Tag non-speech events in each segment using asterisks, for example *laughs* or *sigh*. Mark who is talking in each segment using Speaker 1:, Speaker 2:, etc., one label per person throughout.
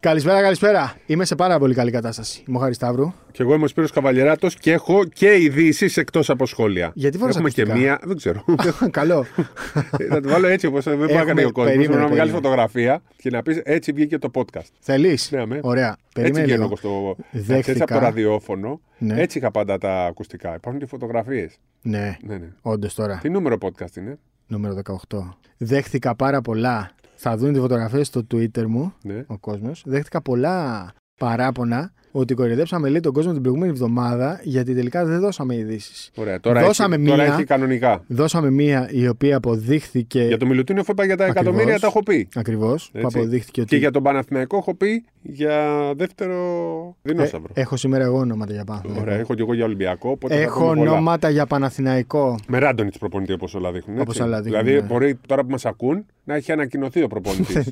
Speaker 1: Καλησπέρα, καλησπέρα. Είμαι σε πάρα πολύ καλή κατάσταση. Είμαι ο Χάρης
Speaker 2: *laughs*
Speaker 1: Σταύρου.
Speaker 2: Και εγώ είμαι ο Σπύρος Καβαλιεράτος και έχω και ειδήσεις εκτός από σχόλια.
Speaker 1: Γιατί φοράς
Speaker 2: Έχουμε
Speaker 1: ακουστικά?
Speaker 2: και μία. Δεν
Speaker 1: *laughs*
Speaker 2: ξέρω.
Speaker 1: Καλό.
Speaker 2: Ε, θα το βάλω έτσι όπως δεν μπορεί να
Speaker 1: Έχουμε-
Speaker 2: κάνει ο κόσμο.
Speaker 1: περίμενε,
Speaker 2: Να βγάλει
Speaker 1: περίμενε.
Speaker 2: φωτογραφία και να πεις έτσι βγήκε το podcast.
Speaker 1: Θέλεις.
Speaker 2: Ναι, με.
Speaker 1: Ωραία. Περίμενε
Speaker 2: έτσι βγαίνω
Speaker 1: λίγο.
Speaker 2: εγώ στο.
Speaker 1: Δέχτηκα.
Speaker 2: Έτσι από το ραδιόφωνο.
Speaker 1: Ναι.
Speaker 2: Έτσι είχα πάντα τα ακουστικά. Υπάρχουν και φωτογραφίες.
Speaker 1: Ναι,
Speaker 2: Ναι, ναι.
Speaker 1: όντως τώρα.
Speaker 2: Τι νούμερο podcast είναι.
Speaker 1: Νούμερο 18. Δέχτηκα πάρα πολλά. Θα δουν τη φωτογραφία στο Twitter μου
Speaker 2: Ναι.
Speaker 1: ο κόσμος. Δέχτηκα πολλά παράπονα ότι κορυδέψαμε λέει τον κόσμο την προηγούμενη εβδομάδα γιατί τελικά δεν δώσαμε ειδήσεις.
Speaker 2: Ωραία. Τώρα,
Speaker 1: Δώσαμε
Speaker 2: έχει, τώρα
Speaker 1: μία.
Speaker 2: έχει κανονικά.
Speaker 1: Δώσαμε μία η οποία αποδείχθηκε.
Speaker 2: Για το Μιλουτίνοφ είπα για τα
Speaker 1: Ακριβώς.
Speaker 2: εκατομμύρια, τα έχω πει.
Speaker 1: Ακριβώς. Που
Speaker 2: Έτσι.
Speaker 1: αποδείχθηκε ότι.
Speaker 2: Και για τον Παναθηναϊκό έχω πει για δεύτερο δεινόσαυρο.
Speaker 1: Ε, έχω σήμερα εγώ ονόματα για πάνω.
Speaker 2: Ωραία, έχω και εγώ για Ολυμπιακό. Οπότε θα
Speaker 1: Έχω
Speaker 2: πούμε πολλά.
Speaker 1: ονόματα για Παναθηναϊκό.
Speaker 2: Με ράντονιτ προπονητή όπως όλα δείχνουν.
Speaker 1: Όπως
Speaker 2: έτσι.
Speaker 1: όλα δείχνουν,
Speaker 2: Δηλαδή,
Speaker 1: ναι.
Speaker 2: μπορεί τώρα που μας ακούν να έχει ανακοινωθεί ο
Speaker 1: *laughs*
Speaker 2: προπονητής.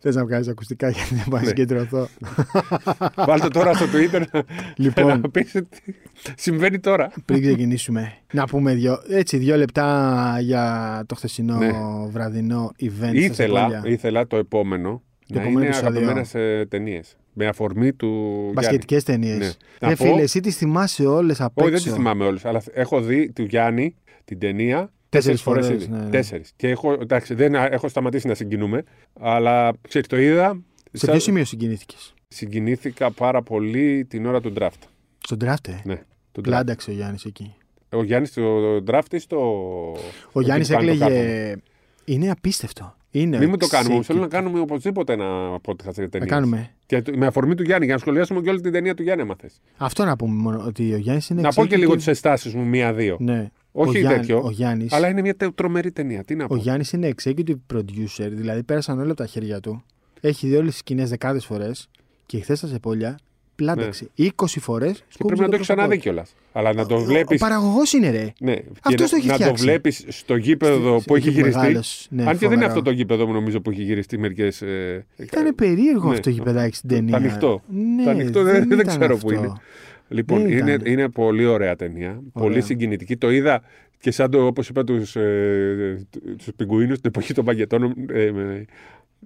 Speaker 1: Θε να βγάλει ακουστικά γιατί δεν πάει να
Speaker 2: Ναι. *laughs*
Speaker 1: συγκεντρωθώ.
Speaker 2: Βάλτε τώρα στο Twitter να-
Speaker 1: Λοιπόν.
Speaker 2: *laughs*
Speaker 1: Ναι,
Speaker 2: να πει τι συμβαίνει τώρα.
Speaker 1: Πριν ξεκινήσουμε, να πούμε δύο, έτσι, δύο λεπτά για το χθεσινό
Speaker 2: Ναι.
Speaker 1: βραδινό event.
Speaker 2: ήθελα, ήθελα το επόμενο να
Speaker 1: επόμενο
Speaker 2: είναι
Speaker 1: επεισόδιο.
Speaker 2: αγαπημένα σε ταινίες. Με αφορμή του. Γιάννη.
Speaker 1: Μπασκετικές ταινίες.
Speaker 2: Ναι.
Speaker 1: Ναι.
Speaker 2: Να πω-
Speaker 1: φίλε, εσύ τις θυμάσαι όλες απ'
Speaker 2: Όχι, δεν τι
Speaker 1: έξω.
Speaker 2: θυμάμαι όλες, αλλά έχω δει του Γιάννη την ταινία
Speaker 1: Τέσσερις
Speaker 2: τέσσερις φορές
Speaker 1: φορές,
Speaker 2: ήδη.
Speaker 1: ναι, ναι.
Speaker 2: Τέσσερις. Και έχω, εντάξει, δεν έχω σταματήσει να συγκινούμε, αλλά ξέρεις, το είδα.
Speaker 1: Σε
Speaker 2: σαν-
Speaker 1: ποιο σημείο συγκινήθηκες.
Speaker 2: Συγκινήθηκα πάρα πολύ την ώρα του draft.
Speaker 1: Στον draft, ε.
Speaker 2: Ναι, τον draft.
Speaker 1: Πλάνταξε ο Γιάννης εκεί.
Speaker 2: Ο Γιάννης το draft ή στο.
Speaker 1: Ο Γιάννη
Speaker 2: εκεί που κάνει το κάρβουνο.
Speaker 1: έκλαιγε. Είναι απίστευτο. Είναι
Speaker 2: Μην μου το κάνουμε. όμως,
Speaker 1: εξήκη.
Speaker 2: Θέλω να κάνουμε οπωσδήποτε ένα podcast για
Speaker 1: Να
Speaker 2: ταινίε.
Speaker 1: κάνουμε.
Speaker 2: Και το- με αφορμή του Γιάννη, για να σχολιάσουμε και όλη την ταινία του Γιάννη, άμα θες.
Speaker 1: Αυτό να πούμε μόνο. Ότι ο Γιάννης είναι.
Speaker 2: Να πω και
Speaker 1: εξήκη
Speaker 2: λίγο τις ενστάσεις μου, μία-δύο.
Speaker 1: Ναι.
Speaker 2: Όχι
Speaker 1: ο Γιάννη-
Speaker 2: τέτοιο,
Speaker 1: Ο Γιάννης,
Speaker 2: Αλλά είναι μια τε- τρομερή ταινία. Τι να πω.
Speaker 1: ο Γιάννης είναι executive producer, δηλαδή πέρασαν όλα από τα χέρια του. Έχει δει όλες τις σκηνές δεκάδες φορές και χθες στα σεπόλια πλάνταξε 20 φορέ.
Speaker 2: Ναι. Και πρέπει να το έχει ξαναδεί κιόλας. Αλλά να το βλέπει.
Speaker 1: Ο παραγωγός είναι ρε.
Speaker 2: Ναι, και
Speaker 1: Αυτός το έχει
Speaker 2: να το
Speaker 1: φτιάξει.
Speaker 2: βλέπεις στο γήπεδο που έχει γυριστεί.
Speaker 1: Μεγάλος, ναι,
Speaker 2: Αν και δεν είναι
Speaker 1: φοβερό.
Speaker 2: αυτό το γήπεδο που νομίζω που έχει γυριστεί μερικές. Ε,
Speaker 1: Ήταν περίεργο
Speaker 2: Ναι.
Speaker 1: αυτό το γηπεδάκι στην ταινία.
Speaker 2: Το ανοιχτό.
Speaker 1: Ναι,
Speaker 2: Το ανοιχτό δεν- δεν
Speaker 1: ήταν
Speaker 2: ξέρω
Speaker 1: αυτό.
Speaker 2: πού είναι. Λοιπόν,
Speaker 1: Δεν
Speaker 2: είναι,
Speaker 1: ήταν.
Speaker 2: είναι πολύ ωραία ταινία. Πολύ συγκινητική. Το είδα και σαν το, όπως είπα, τους, ε, τους πιγκουίνους την εποχή των παγκετών ε, με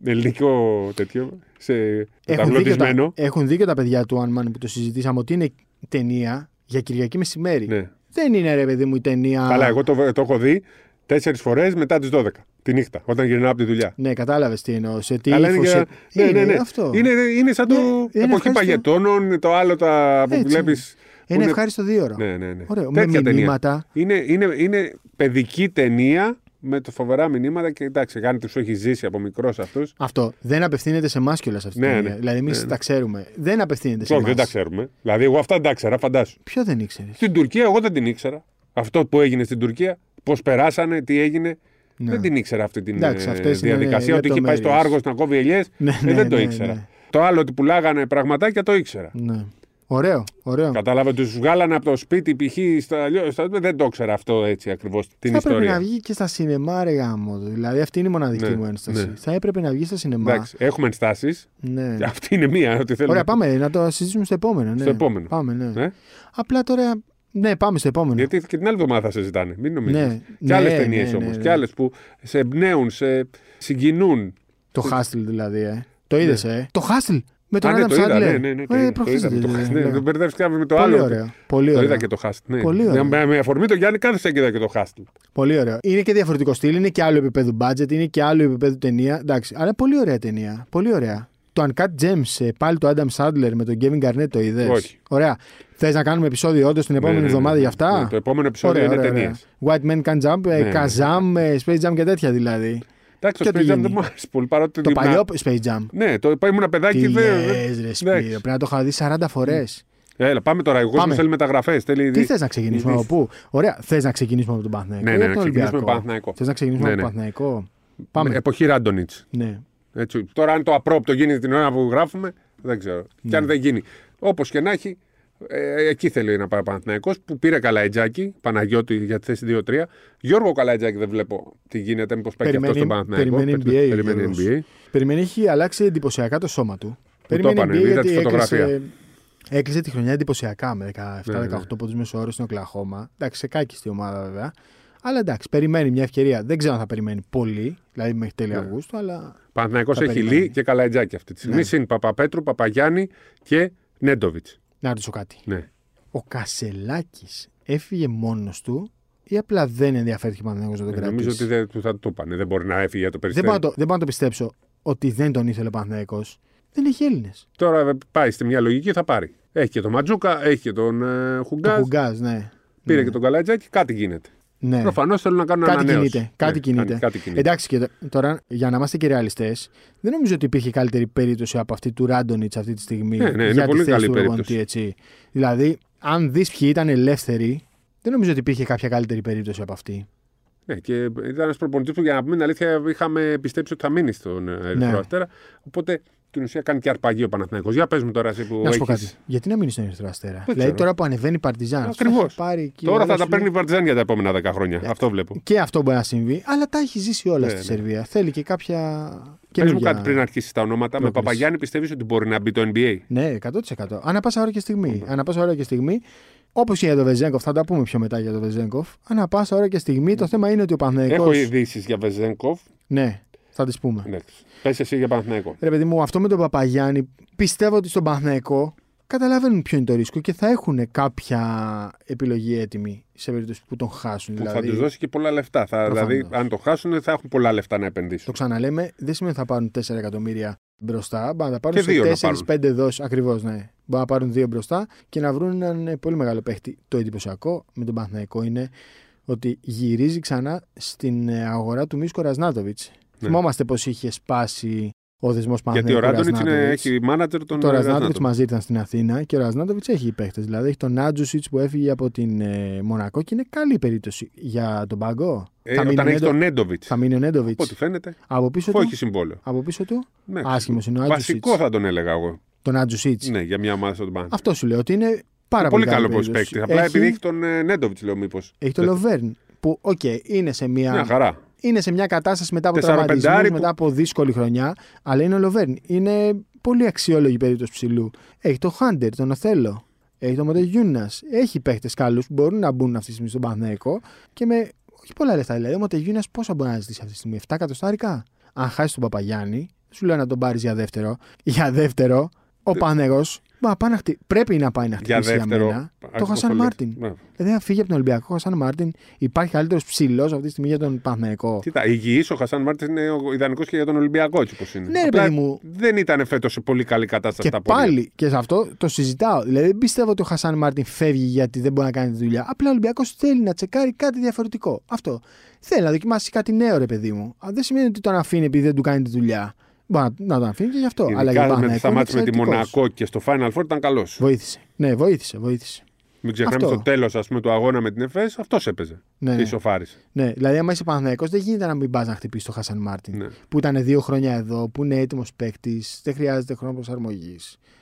Speaker 2: ελληνικό τέτοιο, σε
Speaker 1: Έχουν δίκιο, τα,
Speaker 2: ταυλωτισμένο.
Speaker 1: έχουν δίκιο τα παιδιά του One Man που το συζητήσαμε ότι είναι ταινία για Κυριακή μεσημέρι.
Speaker 2: Ναι.
Speaker 1: Δεν είναι ρε παιδί μου η ταινία.
Speaker 2: Αλλά εγώ το, το έχω δει τέσσερις φορές μετά τις 12 τη νύχτα, όταν γυρνάω από τη δουλειά.
Speaker 1: Ναι, κατάλαβες τι εννοώ. Σε τι
Speaker 2: Αλλά είναι,
Speaker 1: ύφος,
Speaker 2: για...
Speaker 1: σε-
Speaker 2: ναι, ναι, ναι.
Speaker 1: αυτό.
Speaker 2: είναι, είναι σαν το
Speaker 1: Ναι, είναι
Speaker 2: εποχή
Speaker 1: ευχάριστο.
Speaker 2: παγετώνων, το άλλο τα που
Speaker 1: Έτσι είναι.
Speaker 2: βλέπεις. που
Speaker 1: Είναι ευχάριστο δύο ώρα.
Speaker 2: Ναι, ναι, ναι.
Speaker 1: Ωραίο.
Speaker 2: Τέτοια
Speaker 1: με
Speaker 2: ταινία.
Speaker 1: μηνύματα.
Speaker 2: Είναι, είναι, είναι παιδική ταινία με το φοβερά μηνύματα και εντάξει, κάνει τους έχει ζήσει από μικρός αυτούς.
Speaker 1: Αυτό. Δεν απευθύνεται σε εμάς κιόλας αυτή η
Speaker 2: Ναι,
Speaker 1: ταινία.
Speaker 2: ναι.
Speaker 1: Δηλαδή, εμείς
Speaker 2: Ναι, ναι.
Speaker 1: τα ξέρουμε. Δεν απευθύνεται σε
Speaker 2: Όχι,
Speaker 1: εμά.
Speaker 2: δεν τα ξέρουμε. Δηλαδή, εγώ αυτά δεν τα ήξερα, φαντάσου.
Speaker 1: Ποιο δεν ήξερες.
Speaker 2: Στην Τουρκία, εγώ δεν την ήξερα. Αυτό που έγινε στην Τουρκία, πώς περάσανε, τι έγινε.
Speaker 1: Ναι.
Speaker 2: Δεν την ήξερα αυτή την
Speaker 1: Εντάξει,
Speaker 2: ε,
Speaker 1: αυτές είναι
Speaker 2: διαδικασία. Ότι είχε πάει στο
Speaker 1: λεπτομέρειες.
Speaker 2: Άργος να κόβει ελιές.
Speaker 1: Ναι, ναι,
Speaker 2: δεν το
Speaker 1: ναι,
Speaker 2: ήξερα.
Speaker 1: ναι.
Speaker 2: Το άλλο ότι πουλάγανε πραγματάκια το ήξερα.
Speaker 1: Ναι. Ωραίο, ωραίο.
Speaker 2: Κατάλαβε, τους βγάλανε από το σπίτι π.χ. στα, στα- Δεν το ήξερα αυτό έτσι ακριβώς την
Speaker 1: Θα
Speaker 2: ιστορία.
Speaker 1: έπρεπε να βγει και στα σινεμά, ρε γάμο. του. Δηλαδή, αυτή είναι η μοναδική
Speaker 2: Ναι,
Speaker 1: μου ένσταση.
Speaker 2: ναι.
Speaker 1: Θα έπρεπε να βγει στα σινεμά.
Speaker 2: Εντάξει, έχουμε ενστάσεις.
Speaker 1: Ναι.
Speaker 2: Ε, Αυτή είναι μία. Ότι θέλουμε.
Speaker 1: Ωραία, πάμε να το συζητήσουμε στο επόμενο. Ναι.
Speaker 2: Στο επόμενο.
Speaker 1: Πάμε, ναι.
Speaker 2: Ε?
Speaker 1: Απλά τώρα. Ναι, πάμε στο επόμενο.
Speaker 2: Γιατί και την άλλη εβδομάδα θα συζητάνε. Μην νομίζεις.
Speaker 1: Ναι.
Speaker 2: Και
Speaker 1: Ναι,
Speaker 2: άλλες
Speaker 1: ναι,
Speaker 2: ταινίες
Speaker 1: ναι,
Speaker 2: όμως.
Speaker 1: ναι.
Speaker 2: Και άλλες που σε εμπνέουν, σε συγκινούν.
Speaker 1: Το Hustle δηλαδή, ε. Το είδες, ε. Το Hustle! Με τον
Speaker 2: Ναι. Α, ναι,
Speaker 1: Adam
Speaker 2: το είδα.
Speaker 1: Sandler.
Speaker 2: Ναι, ναι, ναι, το
Speaker 1: Ε,
Speaker 2: είδα, το
Speaker 1: προχθές
Speaker 2: είδα.
Speaker 1: το
Speaker 2: Το
Speaker 1: είδα,
Speaker 2: χάστη,
Speaker 1: ναι.
Speaker 2: ναι, Το μπερδεύτηκαμε με το
Speaker 1: Πολύ
Speaker 2: άλλο.
Speaker 1: ωραίο. Πολύ
Speaker 2: Το
Speaker 1: ωραίο.
Speaker 2: είδα και το Χάστ. Ναι.
Speaker 1: Πολύ
Speaker 2: Ναι,
Speaker 1: ωραίο.
Speaker 2: Με, με αφορμή το Γιάννη, κάθεσα και είδα και το Χάστ.
Speaker 1: Πολύ ωραίο. Είναι και διαφορετικό στυλ, είναι και άλλο επίπεδο budget, είναι και άλλο επίπεδο ταινία. Εντάξει, αλλά πολύ ωραία ταινία. Πολύ ωραία. Το Uncut Gems, ε, πάλι του Adam Sandler με τον Kevin Garnett το είδες.
Speaker 2: Όχι.
Speaker 1: Ωραία. Θες να κάνουμε επεισόδιο όντως την επόμενη
Speaker 2: ναι, ναι,
Speaker 1: εβδομάδα
Speaker 2: ναι.
Speaker 1: για αυτά.
Speaker 2: Ναι, το επόμενο επεισόδιο είναι ταινίες.
Speaker 1: White Men Can Jump, ε,
Speaker 2: Ναι, ναι.
Speaker 1: Kazam, ε, Space Jam και τέτοια δηλαδή.
Speaker 2: Εντάξει,
Speaker 1: Και
Speaker 2: το
Speaker 1: τι
Speaker 2: Space Jam
Speaker 1: γίνει.
Speaker 2: δεν μου άρεσε πολύ. παρότι
Speaker 1: Το
Speaker 2: ήμουν-
Speaker 1: παλιό Space Jam.
Speaker 2: Ναι, το είπα, ήμουν
Speaker 1: Τι
Speaker 2: παιδάκι. δεν- δεν-
Speaker 1: λες ρε Σπύρο,
Speaker 2: εντάξει. Ε,
Speaker 1: πρέπει να το είχα δει 40 φορέ.
Speaker 2: Έλα, πάμε τώρα. Εγώ
Speaker 1: Πάμε.
Speaker 2: θέλει μεταγραφές.
Speaker 1: Τι θες να ξεκινήσουμε από πού. Ωραία, θες να ξεκινήσουμε από τον Παναθηναϊκό.
Speaker 2: Ναι, ναι,
Speaker 1: ή από
Speaker 2: να
Speaker 1: τον
Speaker 2: ξεκινήσουμε
Speaker 1: Ολυμπιακό?
Speaker 2: με Παναθηναϊκό.
Speaker 1: Θες να ξεκινήσουμε
Speaker 2: Ναι,
Speaker 1: από τον
Speaker 2: ναι.
Speaker 1: Παναθηναϊκό. Πάμε.
Speaker 2: Εποχή Ράντονιτ.
Speaker 1: Ναι.
Speaker 2: Έτσι. Τώρα, αν το απρόπτο γίνει την ώρα που γράφουμε, δεν ξέρω. Και
Speaker 1: Ναι.
Speaker 2: αν δεν γίνει. Όπως και να έχει, ε, εκεί θέλει να πάει ο Παναθυναϊκό που πήρε Καλαϊτζάκη, Παναγιώτη για τη θέση 2-3. Γιώργο Καλαϊτζάκη δεν βλέπω τι γίνεται, μήπως πάει
Speaker 1: Περιμένει-
Speaker 2: και αυτός στον Παναθηναϊκό.
Speaker 1: περιμένει
Speaker 2: Περι-
Speaker 1: NBA ο
Speaker 2: Περιμένει
Speaker 1: Γιώργος.
Speaker 2: NBA.
Speaker 1: Περιμένει, έχει αλλάξει εντυπωσιακά το σώμα του. Περιμένει
Speaker 2: είπανε,
Speaker 1: NBA
Speaker 2: είδα
Speaker 1: γιατί
Speaker 2: τη φωτογραφία.
Speaker 1: Έκλεισε, έκλεισε τη χρονιά εντυπωσιακά με 17-18
Speaker 2: Ναι, ναι.
Speaker 1: πόντους μέσω όρο στην Οκλαχώμα. Εντάξει, σε κάκιστη ομάδα βέβαια. Αλλά εντάξει, περιμένει μια ευκαιρία. Δεν ξέρω αν θα περιμένει πολύ, δηλαδή μέχρι τέλη
Speaker 2: Ναι.
Speaker 1: Αυγούστου, αλλά.
Speaker 2: Παναθηναϊκός
Speaker 1: Τα
Speaker 2: έχει
Speaker 1: περιμένει.
Speaker 2: Λί και Καλαϊτζάκη αυτή τη στιγμή.
Speaker 1: Ναι.
Speaker 2: Συν Παπαπέτρου, Παπαγιάννη και Νέντοβιτ.
Speaker 1: Να ρωτήσω κάτι.
Speaker 2: Ναι.
Speaker 1: Ο Κασελάκης έφυγε μόνος του ή απλά δεν ενδιαφέρθηκε ο Παναθηναϊκός να τον
Speaker 2: Ε,
Speaker 1: κρατήσει.
Speaker 2: Νομίζω ότι δεν του θα του πάνε. Δεν μπορεί να έφυγε για το
Speaker 1: Δεν
Speaker 2: περιστέρι.
Speaker 1: μπορώ, να το, δεν μπορώ να το πιστέψω ότι δεν τον ήθελε ο Παναθηναϊκός. Δεν έχει Έλληνες.
Speaker 2: Τώρα ε, πάει στη μια λογική θα πάρει. Έχει και τον Ματζούκα, έχει και τον ε,
Speaker 1: Το
Speaker 2: Χουγκάζ.
Speaker 1: Χουγκάζ, ναι.
Speaker 2: Πήρε
Speaker 1: Ναι.
Speaker 2: και τον Καλαϊτζάκη, κάτι γίνεται.
Speaker 1: Ναι.
Speaker 2: Προφανώς θέλουν να κάνουν
Speaker 1: Κάτι
Speaker 2: ανανέωση.
Speaker 1: κινείται. Κάτι
Speaker 2: Ναι,
Speaker 1: κινείται.
Speaker 2: κάνει- κάτι κινείται.
Speaker 1: Εντάξει, και τ- τώρα για να είμαστε και ρεαλιστές, δεν νομίζω ότι υπήρχε καλύτερη περίπτωση από αυτή του Ράντονιτ αυτή τη στιγμή.
Speaker 2: Ναι, ναι, είναι
Speaker 1: για τη
Speaker 2: πολύ
Speaker 1: θέση
Speaker 2: καλή
Speaker 1: του
Speaker 2: περίπτωση.
Speaker 1: Προπονητή, έτσι. Δηλαδή, αν δεις ποιοι ήταν ελεύθεροι, δεν νομίζω ότι υπήρχε κάποια καλύτερη περίπτωση από αυτή.
Speaker 2: Ναι, και ήταν ένας προπονητής που για να πούμε την αλήθεια είχαμε πιστέψει ότι θα μείνει στον ε, Ερυθρό
Speaker 1: Ναι.
Speaker 2: Αστέρα. Οπότε την ουσία κάνει και αρπαγή ο Παναθηναϊκός. Για πες μου τώρα εσύ που
Speaker 1: να σου πω
Speaker 2: έχεις...
Speaker 1: κάτι. Γιατί να μείνεις στον Ερυθρό Αστέρα. δηλαδή,
Speaker 2: ξέρω.
Speaker 1: τώρα που ανεβαίνει η Παρτιζάν. αυτός
Speaker 2: Ακριβώς.
Speaker 1: έχει πάρει εκεί, ο
Speaker 2: Τώρα θα
Speaker 1: άλλος
Speaker 2: τα
Speaker 1: σου λέει,
Speaker 2: παίρνει η Βαρτιζάν για τα επόμενα 10 χρόνια. Αυτό βλέπω.
Speaker 1: Και αυτό μπορεί να συμβεί, αλλά τα έχει ζήσει όλα
Speaker 2: Ναι,
Speaker 1: στη
Speaker 2: ναι.
Speaker 1: Σερβία. Θέλει και κάποια.
Speaker 2: Πες μου
Speaker 1: καινούργια-
Speaker 2: κάτι πριν αρχίσει τα ονόματα. Με
Speaker 1: πρόκληση.
Speaker 2: Παπαγιάννη πιστεύεις ότι μπορεί να μπει το NBA.
Speaker 1: Ναι, 100%. Ανά πάσα ώρα και στιγμή. Ανά πάσα ώρα και στιγμή. Όπως και για τον Βεζέγκοφ, θα τα πούμε πιο μετά για τον Βεζέγκοφ. Ανά πάσα ώρα και στιγμή. Το θέμα είναι ότι ο Παναθηναϊκός...
Speaker 2: Ναι. Έχω ειδήσεις για Βεζέγκοφ.
Speaker 1: Ναι, θα τις πούμε.
Speaker 2: Ναι. Πες εσύ για Παναθηναϊκό.
Speaker 1: Ρε παιδί μου, αυτό με τον Παπαγιάννη πιστεύω ότι στον Παναθηναϊκό καταλαβαίνουν ποιο είναι το ρίσκο και θα έχουν κάποια επιλογή έτοιμη σε περίπτωση που τον χάσουν.
Speaker 2: Που
Speaker 1: δηλαδή,
Speaker 2: θα τους δώσει και πολλά λεφτά. Θα,
Speaker 1: Προφανώς.
Speaker 2: δηλαδή, αν το χάσουν, θα έχουν πολλά λεφτά να
Speaker 1: Το
Speaker 2: επενδύσουν.
Speaker 1: ξαναλέμε, δεν σημαίνει ότι θα πάρουν 4 εκατομμύρια μπροστά. Μπορεί να τα πάρουν
Speaker 2: Και δύο να
Speaker 1: σε 4-5 δόσεις ακριβώς, ναι. Μπορεί να πάρουν δύο μπροστά και να βρουν έναν ε, πολύ μεγάλο παίχτη. Το εντυπωσιακό με τον Παναθηναϊκό είναι ότι γυρίζει ξανά στην ε, αγορά του Μίσκο Ρασνάτοβιτ.
Speaker 2: Ναι.
Speaker 1: Θυμόμαστε πώ είχε σπάσει ο δεσμός
Speaker 2: Γιατί
Speaker 1: Παναθηναϊκού.
Speaker 2: ο Ράντονιτ
Speaker 1: Ρασνάτοβιτς.
Speaker 2: έχει μάνατζερ τον
Speaker 1: Το Ρασνάτοβιτ
Speaker 2: Ραζνάτοβιτς.
Speaker 1: μαζί ήρθαν στην Αθήνα και ο Ρασνάτοβιτ έχει παίχτες. Δηλαδή έχει τον Άτζουσιτ που έφυγε από την ε, Μονακό και είναι καλή περίπτωση για τον Παγκό.
Speaker 2: Ε,
Speaker 1: θα,
Speaker 2: Όταν
Speaker 1: μείνει ο
Speaker 2: έχεις
Speaker 1: Νέντο-
Speaker 2: τον Νέντοβιτ.
Speaker 1: θα μείνει ο Νέντοβιτ.
Speaker 2: Από ό,τι φαίνεται,
Speaker 1: Από πίσω
Speaker 2: αφού
Speaker 1: του.
Speaker 2: έχεις συμβόλαιο.
Speaker 1: Από πίσω του.
Speaker 2: Ναι.
Speaker 1: Άσχημος είναι ο Άντζουσιτ.
Speaker 2: Βασικό θα τον έλεγα εγώ.
Speaker 1: Τον Άντζουσιτ.
Speaker 2: Ναι, για μια ομάδα στον Παναθηναϊκό.
Speaker 1: Αυτό σου λέω ότι είναι πάρα πολύ,
Speaker 2: Πολύ καλό
Speaker 1: περίπτωση.
Speaker 2: προσπέκτη. Απλά
Speaker 1: έχει,
Speaker 2: επειδή έχει τον ε, Νέντοβιτ, λέω μήπως.
Speaker 1: έχει τον Λοβέρν. Που, οκ, είναι, σε
Speaker 2: Μια
Speaker 1: μια,
Speaker 2: χαρά.
Speaker 1: είναι σε μια κατάσταση μετά από
Speaker 2: Τεσσαροπεντάρι
Speaker 1: τραυματισμούς,
Speaker 2: που-
Speaker 1: μετά από δύσκολη χρονιά. Αλλά είναι ο Λοβέρν. Είναι πολύ αξιόλογη περίπτωση ψηλού. Έχει τον Χάντερ, τον Οθέλο. Έχει τον Μοντεγιούνα. Έχει παίχτες καλούς που μπορούν να μπουν αυτή τη στιγμή στον Παναθηναϊκό και με όχι πολλά λεφτά. Δηλαδή, ο Μοντεγιούνα πόσα μπορεί να ζητήσει αυτή τη στιγμή, 7 εκατοστάρικα. Αν χάσει τον Παπαγιάννη, σου λέω να τον πάρεις για δεύτερο. Για δεύτερο, ο Πανέγο πρέπει να πάει να χτυπήσει
Speaker 2: Ε, Για
Speaker 1: για,
Speaker 2: δεύτερο.
Speaker 1: μένα το Χασάν Μάρτιν.
Speaker 2: Ναι.
Speaker 1: Δηλαδή, αν φύγει από τον Ολυμπιακό, ο Χασάν Μάρτιν υπάρχει καλύτερος ψηλός αυτή τη στιγμή για τον Παναγενικό.
Speaker 2: Κοίτα, υγιής ο Χασάν Μάρτιν είναι ο ιδανικός και για τον Ολυμπιακό έτσι όπως είναι.
Speaker 1: Ναι, ρε
Speaker 2: Απλά
Speaker 1: παιδί μου.
Speaker 2: Δεν ήταν φέτος σε πολύ καλή κατάσταση
Speaker 1: Και
Speaker 2: τα πόδια.
Speaker 1: πάλι και σε αυτό το συζητάω. Δηλαδή, δεν πιστεύω ότι ο Χασάν Μάρτιν φεύγει γιατί δεν μπορεί να κάνει τη δουλειά. Απλά ο Ολυμπιακός θέλει να τσεκάρει κάτι διαφορετικό. Αυτό. Θέλει να δοκιμάσει κάτι νέο, ρε παιδί μου. Α, Δεν σημαίνει ότι τον αφήνει επειδή δεν του κάνει τη δουλειά. Μπορεί να- να τον αφήνει και γι' αυτό.
Speaker 2: Ειδικά
Speaker 1: Αλλά για τον
Speaker 2: με
Speaker 1: Παναγενικό.
Speaker 2: τα
Speaker 1: είναι
Speaker 2: μάτια με τη
Speaker 1: εξαιρετικός.
Speaker 2: Μονακό και στο Final Four ήταν καλός.
Speaker 1: Βοήθησε. Ναι, βοήθησε, βοήθησε.
Speaker 2: Μην ξεχνάμε
Speaker 1: Αυτό.
Speaker 2: στο τέλος του αγώνα με την ΕΦΕΣ, αυτός έπαιζε.
Speaker 1: Ναι,
Speaker 2: Και
Speaker 1: ναι.
Speaker 2: ισοφάρισε.
Speaker 1: Ναι, δηλαδή, άμα είσαι Παναθηναϊκός δεν γίνεται να μην πας να χτυπήσεις τον Χασάν Μάρτιν.
Speaker 2: Ναι.
Speaker 1: Που ήταν δύο χρόνια εδώ, που είναι έτοιμος παίκτης, δεν χρειάζεται χρόνο προσαρμογής.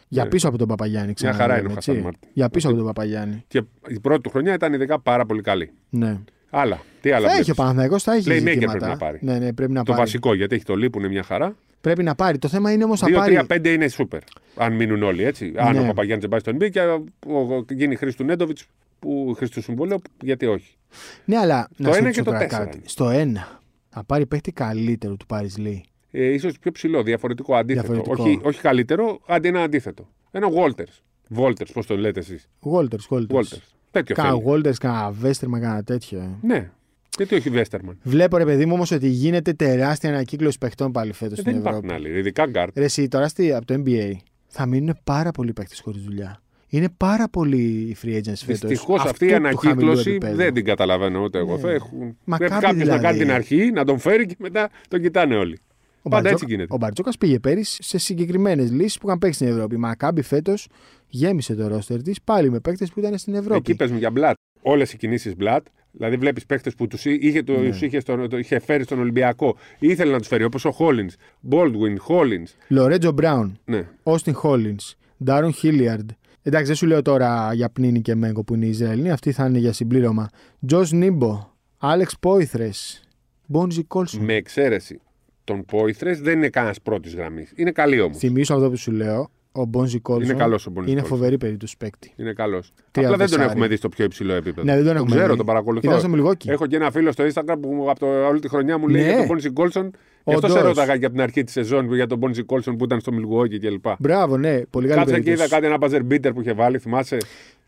Speaker 1: Για
Speaker 2: Ναι.
Speaker 1: πίσω από τον Παπαγιάννη, ξανά.
Speaker 2: χαρά
Speaker 1: λέμε,
Speaker 2: είναι ο
Speaker 1: έτσι.
Speaker 2: Χασάν Μάρτιν.
Speaker 1: Για πίσω από τον Παπαγιάννη.
Speaker 2: Και η πρώτη του χρονιά ήταν ειδικά πάρα πολύ καλή.
Speaker 1: Ναι.
Speaker 2: Άλλα. Τι άλλα
Speaker 1: θα
Speaker 2: βλέπεις?
Speaker 1: έχει ο Παναθηναϊκός, θα έχει
Speaker 2: Playmaker
Speaker 1: ζητήματα.
Speaker 2: πρέπει να πάρει.
Speaker 1: Ναι, ναι, πρέπει να
Speaker 2: Το
Speaker 1: πάρει.
Speaker 2: βασικό, γιατί έχει το Λί που είναι μια χαρά.
Speaker 1: Πρέπει να πάρει. Το θέμα είναι όμως θα πάρει.
Speaker 2: 2-3-5 είναι σούπερ. Αν μείνουν όλοι έτσι. Αν
Speaker 1: Ναι.
Speaker 2: ο Παπαγιάννης δεν πάει στον NBA και ο- ο- γίνει χρήση του Νέντοβιτ που χρήση του συμβολέου, γιατί όχι.
Speaker 1: Ναι, αλλά να
Speaker 2: ένα
Speaker 1: σου
Speaker 2: και
Speaker 1: ρωτήσω
Speaker 2: το
Speaker 1: τώρα
Speaker 2: τέσσερα
Speaker 1: κάτι.
Speaker 2: είναι.
Speaker 1: Στο ένα. Θα πάρει παίχτη καλύτερο του Πάρι Λί.
Speaker 2: Ε, ίσως πιο ψηλό, διαφορετικό, αντίθετο.
Speaker 1: Διαφορετικό.
Speaker 2: Όχι, όχι καλύτερο, αντί ένα αντίθετο. Ένα Walters. Walters, πώς το λέτε εσείς.
Speaker 1: Γόλτερ, Γόλτερ.
Speaker 2: Walters. Τέτοιο
Speaker 1: Κάνα
Speaker 2: θέλει.
Speaker 1: Γόλτερ, κάνα Βέστερμα, κάνα τέτοιο. ε.
Speaker 2: Ναι. Γιατί όχι Ε, Βέστερμαν.
Speaker 1: Βλέπω ρε παιδί μου όμως ότι γίνεται τεράστια ανακύκλωση παιχτών πάλι φέτος
Speaker 2: Ε,
Speaker 1: στην
Speaker 2: δεν
Speaker 1: Ευρώπη.
Speaker 2: υπάρχουν άλλοι. Ειδικά γκάρτ.
Speaker 1: Ρε, εσύ, τώρα στη, από το NBA θα μείνουν πάρα πολλοί παίκτε χωρίς δουλειά. Είναι πάρα πολλοί οι free agents φέτος.
Speaker 2: Δυστυχώς αυτή η ανακύκλωση δεν την καταλαβαίνω ούτε εγώ. Θα έχουν-
Speaker 1: Μα
Speaker 2: Πρέπει
Speaker 1: κάποιοι
Speaker 2: κάποιο να
Speaker 1: δηλαδή.
Speaker 2: κάνει την αρχή, να τον φέρει και μετά τον κοιτάνε όλοι.
Speaker 1: Ο
Speaker 2: Πάντα
Speaker 1: Μπαρτζόκα-
Speaker 2: έτσι γίνεται.
Speaker 1: Ο Μπαρτζόκας πήγε πέρυσι σε συγκεκριμένες λύσεις που είχαν παίξει στην Ευρώπη. Η Μακάμπη φέτος γέμισε το ρόστερ της πάλι με παίκτες που ήταν στην Ευρώπη.
Speaker 2: Εκεί πες μου για Μπλατ. Όλες οι κινήσεις Μπλατ. Δηλαδή, βλέπεις παίχτε που τους είχε,
Speaker 1: Ναι.
Speaker 2: το, τους είχε, στον- το είχε φέρει στον Ολυμπιακό ή ήθελε να τους φέρει, όπως ο Χόλιν, Μπόλτουιν, Χόλιν.
Speaker 1: Λορέτζο Μπράουν,
Speaker 2: Ναι.
Speaker 1: Όστιν Χόλιν, Ντάρον Χίλιαρντ. Εντάξει, δεν σου λέω τώρα για Πνίνη και Μέγκο που είναι οι Ισραηλοί, αυτοί θα είναι για συμπλήρωμα. Τζο Νίμπο, Άλεξ Πόηθρε, Μπόντζι Κόλσον.
Speaker 2: Με εξαίρεση τον Πόηθρε, δεν είναι κανένας πρώτης γραμμής. Είναι καλή όμως.
Speaker 1: Θυμίσω αυτό που σου λέω Ο Μπόνζι Κόλσον
Speaker 2: Είναι καλός ο Μπόνζι.
Speaker 1: είναι
Speaker 2: Κόλσον.
Speaker 1: φοβερή περίπτωση παίκτη.
Speaker 2: Είναι καλός.
Speaker 1: Τρία
Speaker 2: Απλά δεν τον
Speaker 1: δεσάρι.
Speaker 2: έχουμε δει στο πιο υψηλό επίπεδο.
Speaker 1: Ναι, δεν τον
Speaker 2: Το
Speaker 1: έχουμε
Speaker 2: ξέρω,
Speaker 1: δει.
Speaker 2: τον παρακολουθώ.
Speaker 1: Είδα στο Μιλγόκι.
Speaker 2: Έχω και ένα φίλο στο Instagram που μου από το, όλη τη χρονιά μου λέει
Speaker 1: Ναι.
Speaker 2: για τον Πόνζι Κόλσον. Γι' αυτό
Speaker 1: Όντως.
Speaker 2: σε ρώταγα και από την αρχή της σεζόν για τον Πόνζι Κόλσον που ήταν στο Μιλγόκι κλπ.
Speaker 1: Μπράβο, ναι, πολύ καλή
Speaker 2: Κάτσε και
Speaker 1: περίπτωση.
Speaker 2: είδα κάτι ένα μπαζερ μπίτερ που είχε βάλει, θυμάσαι.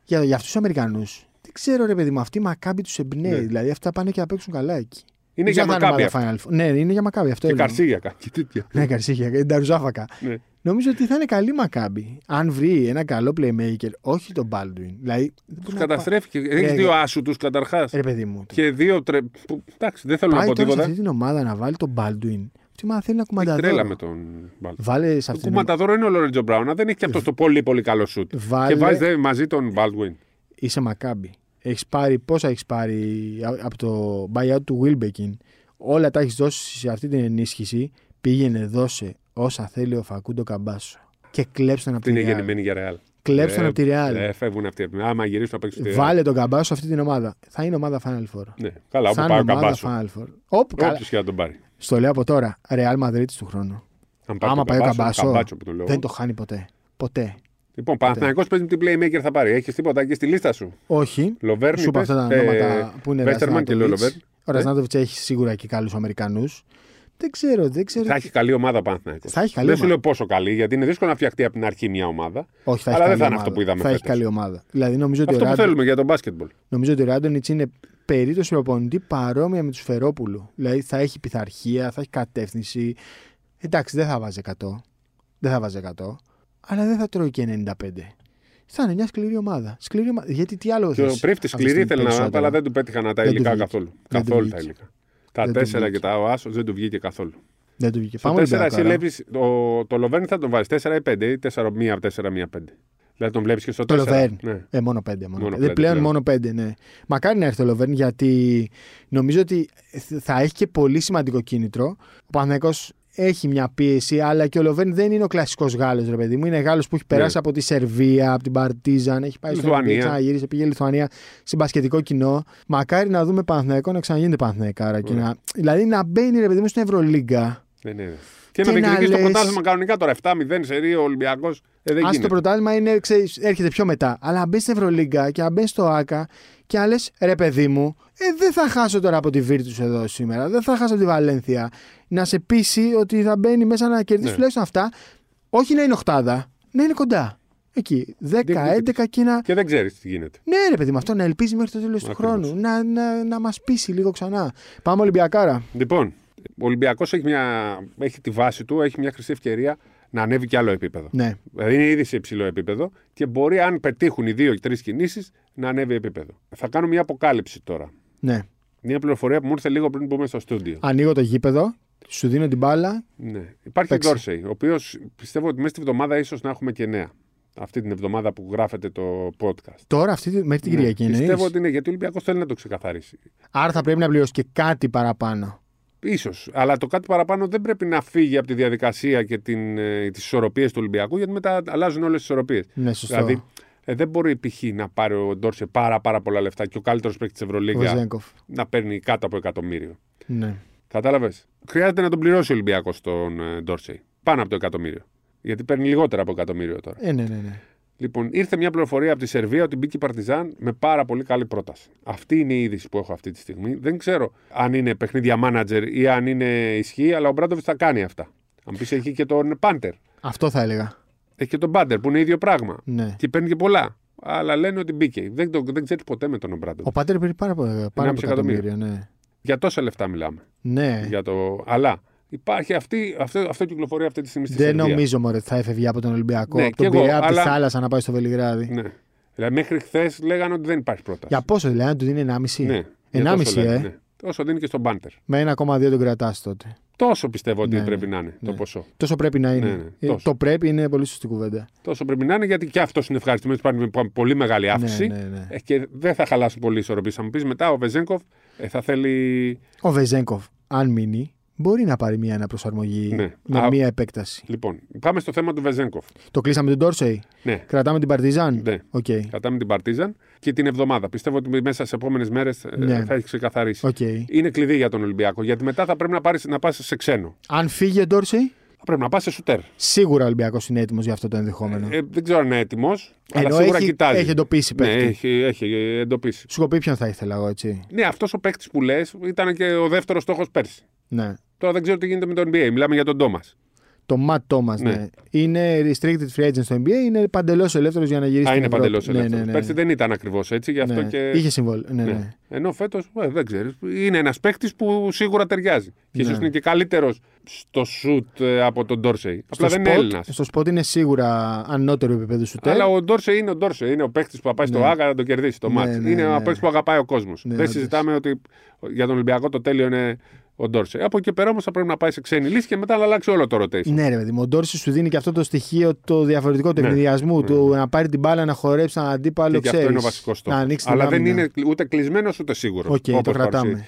Speaker 1: Για, για αυτούς τους Αμερικανούς. Δεν ξέρω, ρε παιδί μου, αυτοί οι μακάμποι τους εμπνέει. Δηλαδή αυτά πάνε και να παίξουν καλά εκεί.
Speaker 2: Ναι. Είναι
Speaker 1: Δεν
Speaker 2: για Ε,
Speaker 1: ξέρω αν θα
Speaker 2: μακάβια.
Speaker 1: ομάδα Final Four. Ναι, είναι για μακάβι. Αυτό
Speaker 2: Και
Speaker 1: έλεγα.
Speaker 2: καρσίγια κάτι τέτοια.
Speaker 1: Ναι, Καρσίγια, την Ταρουζάφακα.
Speaker 2: Ναι.
Speaker 1: Νομίζω ότι θα είναι καλή Μακάμπη. Αν βρει ένα καλό playmaker, όχι τον Baldwin. Δηλαδή. δεν μπορεί
Speaker 2: Του
Speaker 1: να
Speaker 2: καταστρέφει. Έχει
Speaker 1: Ναι,
Speaker 2: δύο άσου τους καταρχάς.
Speaker 1: πά- Ρε παιδί μου.
Speaker 2: Και δύο τρε. που- Εντάξει, δεν θέλω να
Speaker 1: Ε, Πάει
Speaker 2: πω
Speaker 1: τώρα σε αυτή
Speaker 2: τίποτα.
Speaker 1: την ομάδα να βάλει τον Baldwin. Τι μα θέλει να κουμανταδεί.
Speaker 2: Τρέλα με τον Μπάλτον.
Speaker 1: Βάλε σε
Speaker 2: Το
Speaker 1: αυτήν την ομάδα.
Speaker 2: κουματαδόρο είναι ο Λόρεντζο Μπράουν, αλλά δεν έχει και αυτός το πολύ πολύ καλό σουτ. Και
Speaker 1: Βάλε-
Speaker 2: βάζει δε, μαζί τον Μπάλτουιν.
Speaker 1: Είσαι Μακάμπη. Έχεις πάρει. Πόσα έχεις πάρει α- από το buyout του Wilbekin. Όλα τα έχεις δώσει σε αυτή την ενίσχυση. Πήγαινε, δώσε όσα θέλει ο Φακούντο Καμπάσο. Και κλέψτε τον από
Speaker 2: Την
Speaker 1: τη
Speaker 2: είναι
Speaker 1: Real.
Speaker 2: γεννημένη για ρεάλ.
Speaker 1: Κλέψτε τον από τη Real.
Speaker 2: Ναι, φεύγουν αυτοί. από την- Άμα γυρίσουν απ' έξω. στη Real.
Speaker 1: Βάλε τον Καμπάσο σε αυτή την ομάδα. Θα είναι ομάδα Final Four.
Speaker 2: Ναι, καλά, όπου
Speaker 1: Σαν
Speaker 2: πάει ο
Speaker 1: ομάδα
Speaker 2: καμπάσο.
Speaker 1: Final Four. Όπου καλά.
Speaker 2: Όποιο και να τον πάρει.
Speaker 1: Στο λέω από τώρα. Ρεάλ Μαδρίτη του χρόνου.
Speaker 2: Αν
Speaker 1: Άμα
Speaker 2: τον
Speaker 1: πάει ο Καμπάσο,
Speaker 2: Καμπάτσο που το λέω.
Speaker 1: δεν το χάνει ποτέ. Ποτέ.
Speaker 2: Λοιπόν, Παναθηναϊκός παίζει με την Playmaker θα πάρει. Έχεις τίποτα εκεί στη λίστα σου.
Speaker 1: Όχι.
Speaker 2: Λοβέρν.
Speaker 1: Σου είπα
Speaker 2: είπες,
Speaker 1: αυτά τα
Speaker 2: ε,
Speaker 1: ονόματα που είναι
Speaker 2: Βέστερμαν και Ε. λέω
Speaker 1: Ρασνάτοβιτς.
Speaker 2: Λοβέρν.
Speaker 1: Ο Ρασνάτοβιτ έχει σίγουρα και καλούς Αμερικανούς. Δεν ξέρω, δεν ξέρω.
Speaker 2: Θα έχει καλή ομάδα ο Παναθηναϊκός.
Speaker 1: Θα έχει καλή
Speaker 2: Δεν σου
Speaker 1: ομάδα.
Speaker 2: λέω πόσο καλή, γιατί είναι δύσκολο να φτιαχτεί από την αρχή μια ομάδα.
Speaker 1: Όχι, θα έχει
Speaker 2: Αλλά δεν
Speaker 1: καλή
Speaker 2: θα είναι
Speaker 1: ομάδα.
Speaker 2: αυτό που είδαμε
Speaker 1: Θα έχει
Speaker 2: φέτος.
Speaker 1: καλή ομάδα. Δηλαδή νομίζω ότι, ο
Speaker 2: Αυτό που
Speaker 1: Ράντο-
Speaker 2: θέλουμε για τον μπάσκετμπολ.
Speaker 1: νομίζω ότι ο Ράντονιτ είναι περίπτωση προπονητή παρόμοια με τους Φερόπουλου. Δηλαδή θα έχει πειθαρχία, θα έχει κατεύθυνση. Εντάξει, δεν θα βάζει 100. Δεν θα βάζει 100. Αλλά δεν θα τρώει και 95. Θα είναι μια σκληρή ομάδα. Σκληρή ομάδα. Γιατί τι άλλο
Speaker 2: Και ο
Speaker 1: θες
Speaker 2: Πρίφτη
Speaker 1: αυτή τη
Speaker 2: σκληρή
Speaker 1: στιγμή
Speaker 2: ήθελε να βάλει,
Speaker 1: περισσότερο.
Speaker 2: αλλά δεν του πέτυχαν τα
Speaker 1: Δεν του
Speaker 2: υλικά
Speaker 1: βγήκε.
Speaker 2: καθόλου.
Speaker 1: Δεν του
Speaker 2: Καθόλου τα
Speaker 1: βγήκε.
Speaker 2: υλικά. Τα
Speaker 1: Δεν του
Speaker 2: τέσσερα και
Speaker 1: βγήκε.
Speaker 2: τα ο Άσος δεν του βγήκε καθόλου.
Speaker 1: Δεν του βγήκε.
Speaker 2: Στο
Speaker 1: Πάμε
Speaker 2: 4
Speaker 1: Ολυμπιακό,
Speaker 2: εσύ
Speaker 1: άρα.
Speaker 2: βλέπεις το, το Λοβέρν θα τον βάλεις 4 ή 5 ή 4-1-4-1-5. Δηλαδή τον βλέπεις και στο 4.
Speaker 1: Το Λοβέρν.
Speaker 2: Ναι.
Speaker 1: Ε, μόνο πέντε. Μόνο
Speaker 2: Μόνο
Speaker 1: πέντε.
Speaker 2: πέντε,
Speaker 1: πλέον
Speaker 2: πλέον.
Speaker 1: μόνο πέντε, ναι. Μακάρι να έρθει ο Λοβέρν γιατί νομίζω ότι θα έχει και πολύ σημαντικό κίνητρο. Ο Παναγενικό έχει μια πίεση, αλλά και ο Λοβέρν δεν είναι ο κλασικός Γάλλος, ρε παιδί μου. Είναι Γάλλος που έχει περάσει από τη Σερβία, από την Παρτίζαν, έχει πάει στο
Speaker 2: Ναι. Λιθουανία.
Speaker 1: ξαναγύρισε, πήγε Λιθουανία, συμπασχετικό κοινό. Μακάρι να δούμε Παναθηναϊκό να ξαναγίνεται Παναθηναϊκάρα. και να- Δηλαδή να μπαίνει, ρε παιδί μου, στην Ευρωλίγκα.
Speaker 2: Ναι, ναι.
Speaker 1: Και
Speaker 2: Και, να
Speaker 1: να
Speaker 2: διεκδικήσει το
Speaker 1: λες-
Speaker 2: πρωτάθλημα κανονικά τώρα. 7-0 σε Ρίο Ολυμπιακός. Ε, δεν
Speaker 1: Ας το
Speaker 2: γίνεται.
Speaker 1: πρωτάθλημα είναι, ξέρεις, έρχεται πιο μετά. Αλλά μπεις στην Ευρωλίγκα και μπεις στο ΑΚΑ και αν λε, ρε παιδί μου, ε, δεν θα χάσω τώρα από τη Βίρτου εδώ σήμερα. Δεν θα χάσω από τη Βαλένθια. Να σε πείσει ότι θα μπαίνει μέσα να κερδίσει
Speaker 2: Ναι.
Speaker 1: τουλάχιστον αυτά. Όχι να είναι οχτάδα, να είναι κοντά. Εκεί. 10, 11 και να.
Speaker 2: Και δεν ξέρεις τι γίνεται.
Speaker 1: Ναι, ρε παιδί μου, αυτό να ελπίζει μέχρι το τέλος του
Speaker 2: Ακριβώς.
Speaker 1: χρόνου. Να, να, να μας πείσει λίγο ξανά. Πάμε Ολυμπιακάρα.
Speaker 2: Λοιπόν, ο Ολυμπιακός έχει, μια... έχει τη βάση του, έχει μια χρυσή ευκαιρία να ανέβει και άλλο επίπεδο.
Speaker 1: Ναι.
Speaker 2: Δηλαδή είναι ήδη σε υψηλό επίπεδο και μπορεί, αν πετύχουν οι δύο ή τρεις κινήσεις, να ανέβει επίπεδο. Θα κάνω μια αποκάλυψη τώρα.
Speaker 1: ναι.
Speaker 2: Μια πληροφορία που μου ήρθε λίγο πριν μπούμε στο στούντιο.
Speaker 1: Ανοίγω το γήπεδο, σου δίνω την μπάλα.
Speaker 2: Ναι. Υπάρχει ο
Speaker 1: Παίξε.
Speaker 2: Ντόρσεϊ, ο οποίος πιστεύω ότι μέσα στη βδομάδα ίσως να έχουμε και νέα. Αυτή την εβδομάδα που γράφεται το podcast.
Speaker 1: Τώρα αυτή τη- μέχρι την Κυριακή εννοείς?
Speaker 2: Ναι, Πιστεύω ότι είναι γιατί ο Ολυμπιακός θέλει να το ξεκαθαρίσει.
Speaker 1: Άρα θα πρέπει να πληρώσει και κάτι παραπάνω.
Speaker 2: Ίσως. Αλλά το κάτι παραπάνω δεν πρέπει να φύγει από τη διαδικασία και την, ε, τις ισορροπίες του Ολυμπιακού, γιατί μετά αλλάζουν όλες τις ισορροπίες.
Speaker 1: Ναι, σωστό.
Speaker 2: Δηλαδή, ε, δεν μπορεί π.χ. να πάρει ο Ντόρσε πάρα, πάρα πολλά λεφτά και ο καλύτερος παίκτης της
Speaker 1: Ο
Speaker 2: Ευρωλίγα
Speaker 1: Βεζέγκοφ.
Speaker 2: να παίρνει κάτω από εκατομμύριο.
Speaker 1: Ναι.
Speaker 2: Κατάλαβες. Χρειάζεται να τον πληρώσει ο Ολυμπιακός τον ε, Ντόρσεϊ. Πάνω από το εκατομμύριο. Γιατί παίρνει λιγότερα από εκατομμύριο τώρα.
Speaker 1: Ε, ναι, ναι, ναι.
Speaker 2: Λοιπόν, ήρθε μια πληροφορία από τη Σερβία ότι μπήκε η Παρτιζάν με πάρα πολύ καλή πρόταση. Αυτή είναι η είδηση που έχω αυτή τη στιγμή. Δεν ξέρω αν είναι παιχνίδια μάνατζερ ή αν είναι ισχύ, αλλά ο Μπράντοβιτ θα κάνει αυτά. Αν πεις έχει και τον Πάντερ.
Speaker 1: Αυτό θα έλεγα.
Speaker 2: Έχει και τον Πάντερ που είναι ίδιο πράγμα.
Speaker 1: Ναι.
Speaker 2: Και παίρνει και πολλά. Αλλά λένε ότι μπήκε. Δεν, το, δεν ξέρεις ποτέ με τον Μπράντοβιτ.
Speaker 1: Ο πατέρα πήρε πάρα, πο- πάρα από
Speaker 2: 1,5 εκατομμύριο.
Speaker 1: εκατομμύριο. Ναι.
Speaker 2: Για τόσα λεφτά μιλάμε.
Speaker 1: ναι.
Speaker 2: Για το... Αλλά υπάρχει αυτή, αυτό, αυτό κυκλοφορεί αυτή τη στιγμή στη
Speaker 1: Δεν
Speaker 2: Σερβία.
Speaker 1: νομίζω μωρέ, ότι θα έφευγε από τον Ολυμπιακό.
Speaker 2: Ναι,
Speaker 1: από
Speaker 2: κι
Speaker 1: τον
Speaker 2: εγώ,
Speaker 1: Πειραιά, από
Speaker 2: αλλά-
Speaker 1: τη θάλασσα να πάει στο Βελιγράδι.
Speaker 2: Ναι. Δηλαδή, μέχρι χθες λέγανε ότι δεν υπάρχει πρόταση.
Speaker 1: Για πόσο δηλαδή, να του δίνει 1,5.
Speaker 2: Ναι. Για τόσο
Speaker 1: 1,5
Speaker 2: λένε,
Speaker 1: ε.
Speaker 2: ναι. Τόσο δίνει και στον Πάντερ.
Speaker 1: Με 1,2 τον κρατάς τότε.
Speaker 2: Τόσο πιστεύω ότι
Speaker 1: Ναι,
Speaker 2: πρέπει
Speaker 1: ναι,
Speaker 2: να είναι το
Speaker 1: ναι.
Speaker 2: ποσό.
Speaker 1: Τόσο πρέπει να είναι.
Speaker 2: Ναι, ναι,
Speaker 1: Ε,
Speaker 2: τόσο.
Speaker 1: Το πρέπει είναι πολύ σωστή κουβέντα. Ναι,
Speaker 2: Τόσο πρέπει να είναι γιατί και αυτός είναι ευχαριστημένος που πάρει με πολύ μεγάλη αύξηση.
Speaker 1: Ναι, ναι, ναι.
Speaker 2: Ε, Και δεν θα χαλάσουν πολύ οι ισορροπίες. Θα μου πεις μετά ο Βεζέγκοφ ε, θα θέλει.
Speaker 1: Ο Βεζέγκοφ, αν μείνει, μπορεί να πάρει μια αναπροσαρμογή
Speaker 2: Ναι.
Speaker 1: με
Speaker 2: Α-
Speaker 1: μια επέκταση.
Speaker 2: Λοιπόν, πάμε στο θέμα του Βεζέγκοφ.
Speaker 1: Το κλείσαμε τον Τόρσεϊ.
Speaker 2: Ναι,
Speaker 1: Κρατάμε την Παρτιζάν.
Speaker 2: Ναι.
Speaker 1: Οκ.
Speaker 2: κρατάμε την Παρτίζαν και την εβδομάδα. Πιστεύω ότι μέσα σε επόμενες μέρες
Speaker 1: Ναι.
Speaker 2: θα έχεις ξεκαθαρίσει.
Speaker 1: Οκ.
Speaker 2: Είναι κλειδί για τον Ολυμπιακό γιατί μετά θα πρέπει να, πάρεις, να πας σε ξένο.
Speaker 1: Αν φύγει ο Ντόρσεϊ,
Speaker 2: πρέπει να πας σε σουτέρ.
Speaker 1: Σίγουρα ο Ολυμπιακός είναι έτοιμος για αυτό το ενδεχόμενο.
Speaker 2: Ε, δεν ξέρω αν είναι έτοιμος, αλλά
Speaker 1: Ναι. Ενώ
Speaker 2: σίγουρα
Speaker 1: έχει-
Speaker 2: κοιτάζει.
Speaker 1: έχει εντοπίσει
Speaker 2: ναι,
Speaker 1: παίκτη.
Speaker 2: έχει, έχει εντοπίσει.
Speaker 1: Σου έχω πει ποιον θα ήθελα εγώ, έτσι.
Speaker 2: Ναι, αυτός ο παίκτης που λες ήταν και ο δεύτερος στόχος πέρσι.
Speaker 1: Ναι.
Speaker 2: Τώρα δεν ξέρω τι γίνεται με το NBA. Μιλάμε για τον Τόμας.
Speaker 1: Το Matt Thomas, ναι.
Speaker 2: Ναι.
Speaker 1: Είναι restricted free agent στο NBA, είναι παντελώς ελεύθερος για να γυρίσει.
Speaker 2: Α,
Speaker 1: στην
Speaker 2: είναι
Speaker 1: Ευρώπη.
Speaker 2: παντελώς ελεύθερο.
Speaker 1: Ναι, ναι, ναι.
Speaker 2: Πέρσι δεν ήταν ακριβώς έτσι, γι' αυτό
Speaker 1: Ναι.
Speaker 2: και.
Speaker 1: Είχε συμβόλαιο. Ναι, ναι.
Speaker 2: Ναι. Ενώ φέτος δεν ξέρεις. Είναι ένας παίκτης που σίγουρα ταιριάζει. Και ίσω
Speaker 1: Ναι.
Speaker 2: είναι και καλύτερος στο σουτ ε, από τον Ντόρσεϊ.
Speaker 1: Στο
Speaker 2: Απλά δεν είναι
Speaker 1: σποτ-
Speaker 2: Έλληνας.
Speaker 1: Στο σποτ είναι σίγουρα ανώτερο επίπεδο σου
Speaker 2: Αλλά ο Ντόρσεϊ είναι ο Ντόρσεϊ. Είναι ο παίκτης που θα πάει στο Άγα να τον κερδίσει το
Speaker 1: Ναι,
Speaker 2: μάτς.
Speaker 1: ναι,
Speaker 2: είναι
Speaker 1: ναι.
Speaker 2: ο παίκτη που αγαπάει ο κόσμος.
Speaker 1: Ναι,
Speaker 2: δεν
Speaker 1: όντως.
Speaker 2: συζητάμε ότι για τον Ολυμπιακό το τέλειο είναι ο Ντόρσεϊ. Από εκεί πέρα όμως θα πρέπει να πάει σε ξένη λύση και μετά να αλλάξει όλο το rotation.
Speaker 1: Ναι, ρε παιδί μου, ο Ντόρση σου δίνει και αυτό το στοιχείο το διαφορετικό του
Speaker 2: Ναι.
Speaker 1: ευνηδιασμού, του να πάρει την μπάλα, να χορέψει έναν αντίπαλο,
Speaker 2: Και γι' αυτό
Speaker 1: ξέρεις.
Speaker 2: είναι ο βασικός στόχο.
Speaker 1: Να ανοίξει την
Speaker 2: Αλλά δεν
Speaker 1: άμυνα.
Speaker 2: είναι ούτε κλεισμένος ούτε σίγουρος.
Speaker 1: Οκ, το κρατάμε.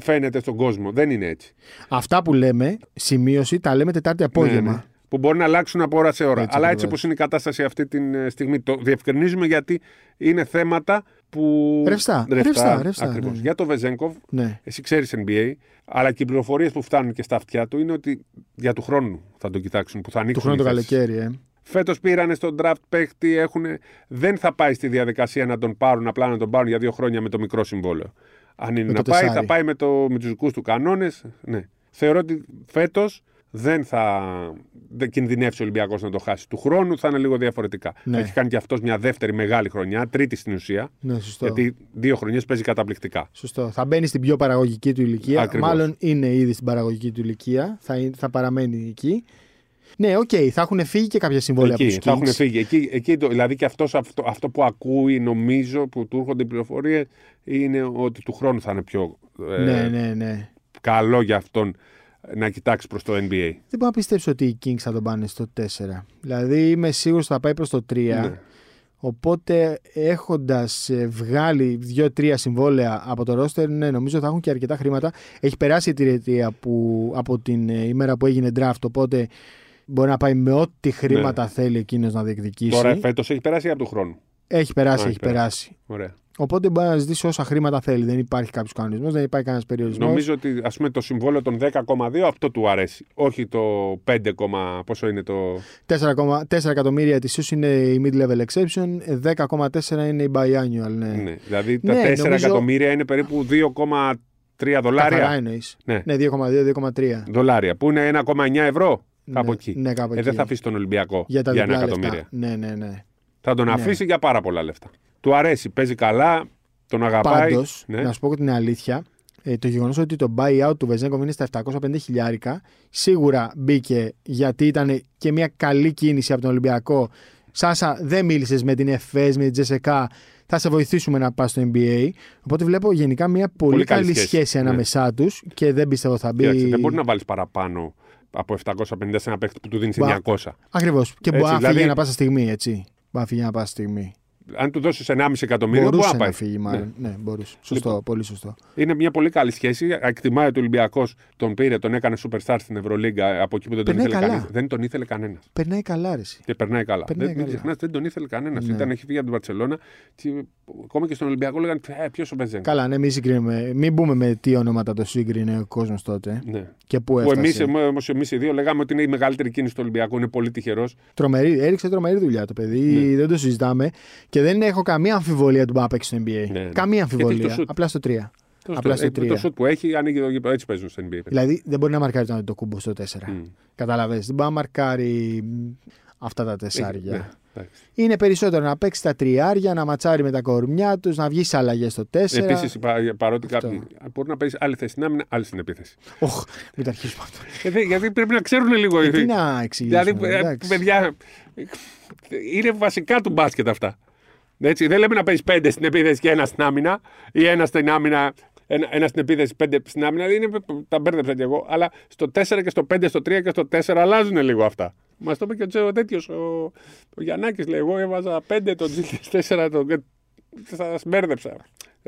Speaker 2: Φαίνεται στον κόσμο. Δεν είναι έτσι.
Speaker 1: Αυτά που λέμε, σημείωση, τα λέμε Τετάρτη απόγευμα.
Speaker 2: Ναι, ναι. Που μπορεί να αλλάξουν από ώρα σε ώρα.
Speaker 1: Έτσι
Speaker 2: Αλλά έτσι
Speaker 1: ακριβώς.
Speaker 2: όπως είναι η κατάσταση αυτή τη στιγμή. Το διευκρινίζουμε γιατί είναι θέματα που.
Speaker 1: Ρευστά, ρευστά, ρευστά,
Speaker 2: ακριβώς.
Speaker 1: ναι, ναι.
Speaker 2: Για το Βεζέγκοφ,
Speaker 1: Ναι.
Speaker 2: εσύ ξέρεις NBA, αλλά και οι πληροφορίες που φτάνουν και στα αυτιά του είναι ότι για του χρόνου θα τον κοιτάξουν, που θα
Speaker 1: Του
Speaker 2: ανοίξουν.
Speaker 1: χρόνου
Speaker 2: οι
Speaker 1: το
Speaker 2: θέσεις.
Speaker 1: καλοκαίρι, ε.
Speaker 2: Φέτος πήρανε στον draft παίχτη, έχουνε- δεν θα πάει στη διαδικασία να τον πάρουν, απλά να τον πάρουν για δύο χρόνια με το μικρό συμβόλαιο. Αν είναι
Speaker 1: Με
Speaker 2: να
Speaker 1: το
Speaker 2: πάει,
Speaker 1: τεσάρι.
Speaker 2: θα πάει με, το, με τους δικούς του κανόνες. Ναι. Θεωρώ ότι φέτος δεν θα δεν κινδυνεύσει ο Ολυμπιακός να το χάσει. Του χρόνου θα είναι λίγο διαφορετικά.
Speaker 1: Ναι.
Speaker 2: Έχει κάνει και αυτός μια δεύτερη μεγάλη χρονιά, τρίτη στην ουσία,
Speaker 1: Ναι, σωστό.
Speaker 2: γιατί δύο χρονιές παίζει καταπληκτικά.
Speaker 1: Σωστό. Θα μπαίνει στην πιο παραγωγική του ηλικία.
Speaker 2: Ακριβώς.
Speaker 1: Μάλλον είναι ήδη στην παραγωγική του ηλικία. Θα, είναι- θα παραμένει εκεί. Ναι, οκ, θα έχουν φύγει και κάποια συμβόλαια
Speaker 2: Εκεί,
Speaker 1: από τους
Speaker 2: θα έχουν
Speaker 1: Kings.
Speaker 2: φύγει. Εκεί, εκεί το, δηλαδή και αυτός, αυτό, αυτό που ακούει, νομίζω, που του έρχονται οι πληροφορίες, είναι ότι του χρόνου θα είναι πιο ε,
Speaker 1: Ναι, ναι, ναι.
Speaker 2: καλό για αυτόν να κοιτάξει προς το NBA.
Speaker 1: Δεν μπορώ να πιστέψω ότι οι Kings θα τον πάνε στο 4. Δηλαδή είμαι σίγουρος ότι θα πάει προς το 3.
Speaker 2: Ναι.
Speaker 1: Οπότε έχοντας βγάλει 2-3 συμβόλαια από το roster, ναι, νομίζω θα έχουν και αρκετά χρήματα. Έχει περάσει η τριετία που, από την ε, ημέρα που έγινε draft. Οπότε μπορεί να πάει με ό,τι χρήματα θέλει εκείνος να διεκδικήσει.
Speaker 2: Ναι. Τώρα φέτος έχει περάσει ή από του χρόνου.
Speaker 1: Έχει περάσει, έχει
Speaker 2: Α, έχει περάσει.
Speaker 1: περάσει.
Speaker 2: Ωραία.
Speaker 1: Οπότε μπορεί να ζητήσει όσα χρήματα θέλει. Δεν υπάρχει κάποιος κανονισμός, δεν υπάρχει κανένας περιορισμός.
Speaker 2: Νομίζω ότι ας πούμε, το συμβόλαιο των 10,2 αυτό του αρέσει. Όχι το 5, κόμμα- πόσο είναι το.
Speaker 1: 4,4 εκατομμύρια ετησίως είναι η mid-level exception, 10,4 είναι η biannual. Ναι.
Speaker 2: Ναι. Δηλαδή τα
Speaker 1: Ναι,
Speaker 2: 4
Speaker 1: νομίζω-
Speaker 2: εκατομμύρια είναι περίπου 2,3
Speaker 1: Καθαρά
Speaker 2: δολάρια.
Speaker 1: εννοείς.
Speaker 2: Ναι.
Speaker 1: Ναι, 2,2-2,3.
Speaker 2: δολάρια. Που είναι 1,9 ευρώ. Κάπου
Speaker 1: ναι,
Speaker 2: εκεί.
Speaker 1: Ναι, κάπου
Speaker 2: Ε,
Speaker 1: εκεί.
Speaker 2: δεν θα αφήσει τον Ολυμπιακό
Speaker 1: για τα
Speaker 2: ένα
Speaker 1: διπλά
Speaker 2: εκατομμύριο.
Speaker 1: λεφτά. Ναι, ναι, ναι.
Speaker 2: Θα τον
Speaker 1: Ναι.
Speaker 2: αφήσει για πάρα πολλά λεφτά. Του αρέσει, παίζει καλά, τον αγαπάει.
Speaker 1: Πάντως,
Speaker 2: ναι.
Speaker 1: να σου πω και την αλήθεια, ε, το γεγονός ότι το buyout του Βεζέγκοβ είναι στα 750 χιλιάρικα σίγουρα μπήκε γιατί ήταν και μια καλή κίνηση από τον Ολυμπιακό. Σάσα, δεν μίλησες με την ΕΦΕΣ, με την Τζεσεκά. Θα σε βοηθήσουμε να πας στο NBA. Οπότε βλέπω γενικά μια πολύ,
Speaker 2: Πολύ
Speaker 1: καλή,
Speaker 2: καλή
Speaker 1: σχέση,
Speaker 2: σχέση. Ναι.
Speaker 1: ανάμεσά τους και δεν πιστεύω θα μπει.
Speaker 2: Κοίταξε, δεν μπορεί να βάλεις παραπάνω από 750 σε ένα παίκτη που του δίνεις
Speaker 1: Μπα.
Speaker 2: 900.
Speaker 1: Ακριβώς. Και μπορεί
Speaker 2: Έτσι,
Speaker 1: να φύγει
Speaker 2: δηλαδή-
Speaker 1: ανά πάσα στιγμή, έτσι. Μπορεί να φύγει ανά πάσα στιγμή.
Speaker 2: Αν του δώσεις 1,5 εκατομμύριο, μπορεί
Speaker 1: μπορούσε
Speaker 2: να πάει. Λοιπόν.
Speaker 1: να φύγει, μάλλον. Ναι, μπορούσε. Σωστό, πολύ σωστό.
Speaker 2: Είναι μια πολύ καλή σχέση. Εκτιμάει ότι ο Ολυμπιακός τον πήρε, τον έκανε superstar στην Ευρωλίγκα ε, από εκεί που δεν τον
Speaker 1: Περνάει
Speaker 2: ήθελε
Speaker 1: καλά.
Speaker 2: κανένα. Δεν τον ήθελε κανένας.
Speaker 1: Περνάει καλά, ρε, εσύ.
Speaker 2: Και περνάει καλά.
Speaker 1: Περνάει
Speaker 2: δεν,
Speaker 1: καλά.
Speaker 2: Μην ξεχνάς, δεν τον ήθελε κανένας.
Speaker 1: Ναι.
Speaker 2: Ήταν, έχει φύγει από την Βαρκελόνα. και Ακόμα και στον Ολυμπιακό λέγανε ε, Ποιος ο Μπεζέγκο.
Speaker 1: Καλά, ναι, μην συγκρίνουμε. Μην μπούμε με τι ονόματα το σύγκρινε ο κόσμος τότε
Speaker 2: Ναι.
Speaker 1: και πού
Speaker 2: Που
Speaker 1: έφτασε.
Speaker 2: εμείς όμως, εμείς οι δύο λέγαμε ότι είναι η μεγαλύτερη κίνηση του Ολυμπιακού. Είναι πολύ τυχερός.
Speaker 1: Τρομερή, έριξε τρομερή δουλειά το παιδί,
Speaker 2: Ναι.
Speaker 1: δεν το συζητάμε. Και δεν έχω καμία αμφιβολία του Μπάπεξ στο NBA.
Speaker 2: Ναι, ναι.
Speaker 1: Καμία
Speaker 2: Γιατί
Speaker 1: αμφιβολία.
Speaker 2: το shoot.
Speaker 1: απλά στο 3. Απλά στο
Speaker 2: ε, το
Speaker 1: 3.
Speaker 2: σουτ που έχει ανοίγει το γήπεδο. Έτσι παίζουν στην NBA.
Speaker 1: Δηλαδή δεν μπορεί να μαρκάρεις τον Αντιτοκούμπο στο 4. Mm. Καταλαβες, δεν μπορεί να μαρκάρει μ, αυτά τα τεσσάρια.
Speaker 2: Ναι, εντάξει.
Speaker 1: Είναι περισσότερο να παίξει τα τριάρια, να ματσάρει με τα κορμιά τους, να βγεις σε αλλαγές στο 4.
Speaker 2: Επίση, παρότι κάποιοι μπορεί να παίζεις άλλη θέση στην άμυνα, άλλη στην επίθεση.
Speaker 1: Οχ, μην τα αρχίσουμε
Speaker 2: *laughs*
Speaker 1: αυτό.
Speaker 2: Ε, δε- Γιατί πρέπει να ξέρουν λίγο οι
Speaker 1: Ε, Τι να εξηγήσουμε.
Speaker 2: Δηλαδή, ε,
Speaker 1: εντάξει.
Speaker 2: παιδιά, είναι βασικά του μπάσκετ αυτά. Έτσι, δεν λέμε να παίζεις πέντε στην επίθεση και ένα στην άμυνα, ή ένα στην άμυνα, ένα, ένα στην επίθεση, πέντε στην άμυνα. Είναι, τα μπέρδεψα κι εγώ. Αλλά στο 4 και στο 5, στο 3 και στο 4 αλλάζουν λίγο αυτά. Μας το είπε και ο Τζέο τέτοιος. Ο, ο Γιαννάκης λέει: Εγώ έβαζα 5 τον Τζίλερ, 4 τον. Σας μπέρδεψα.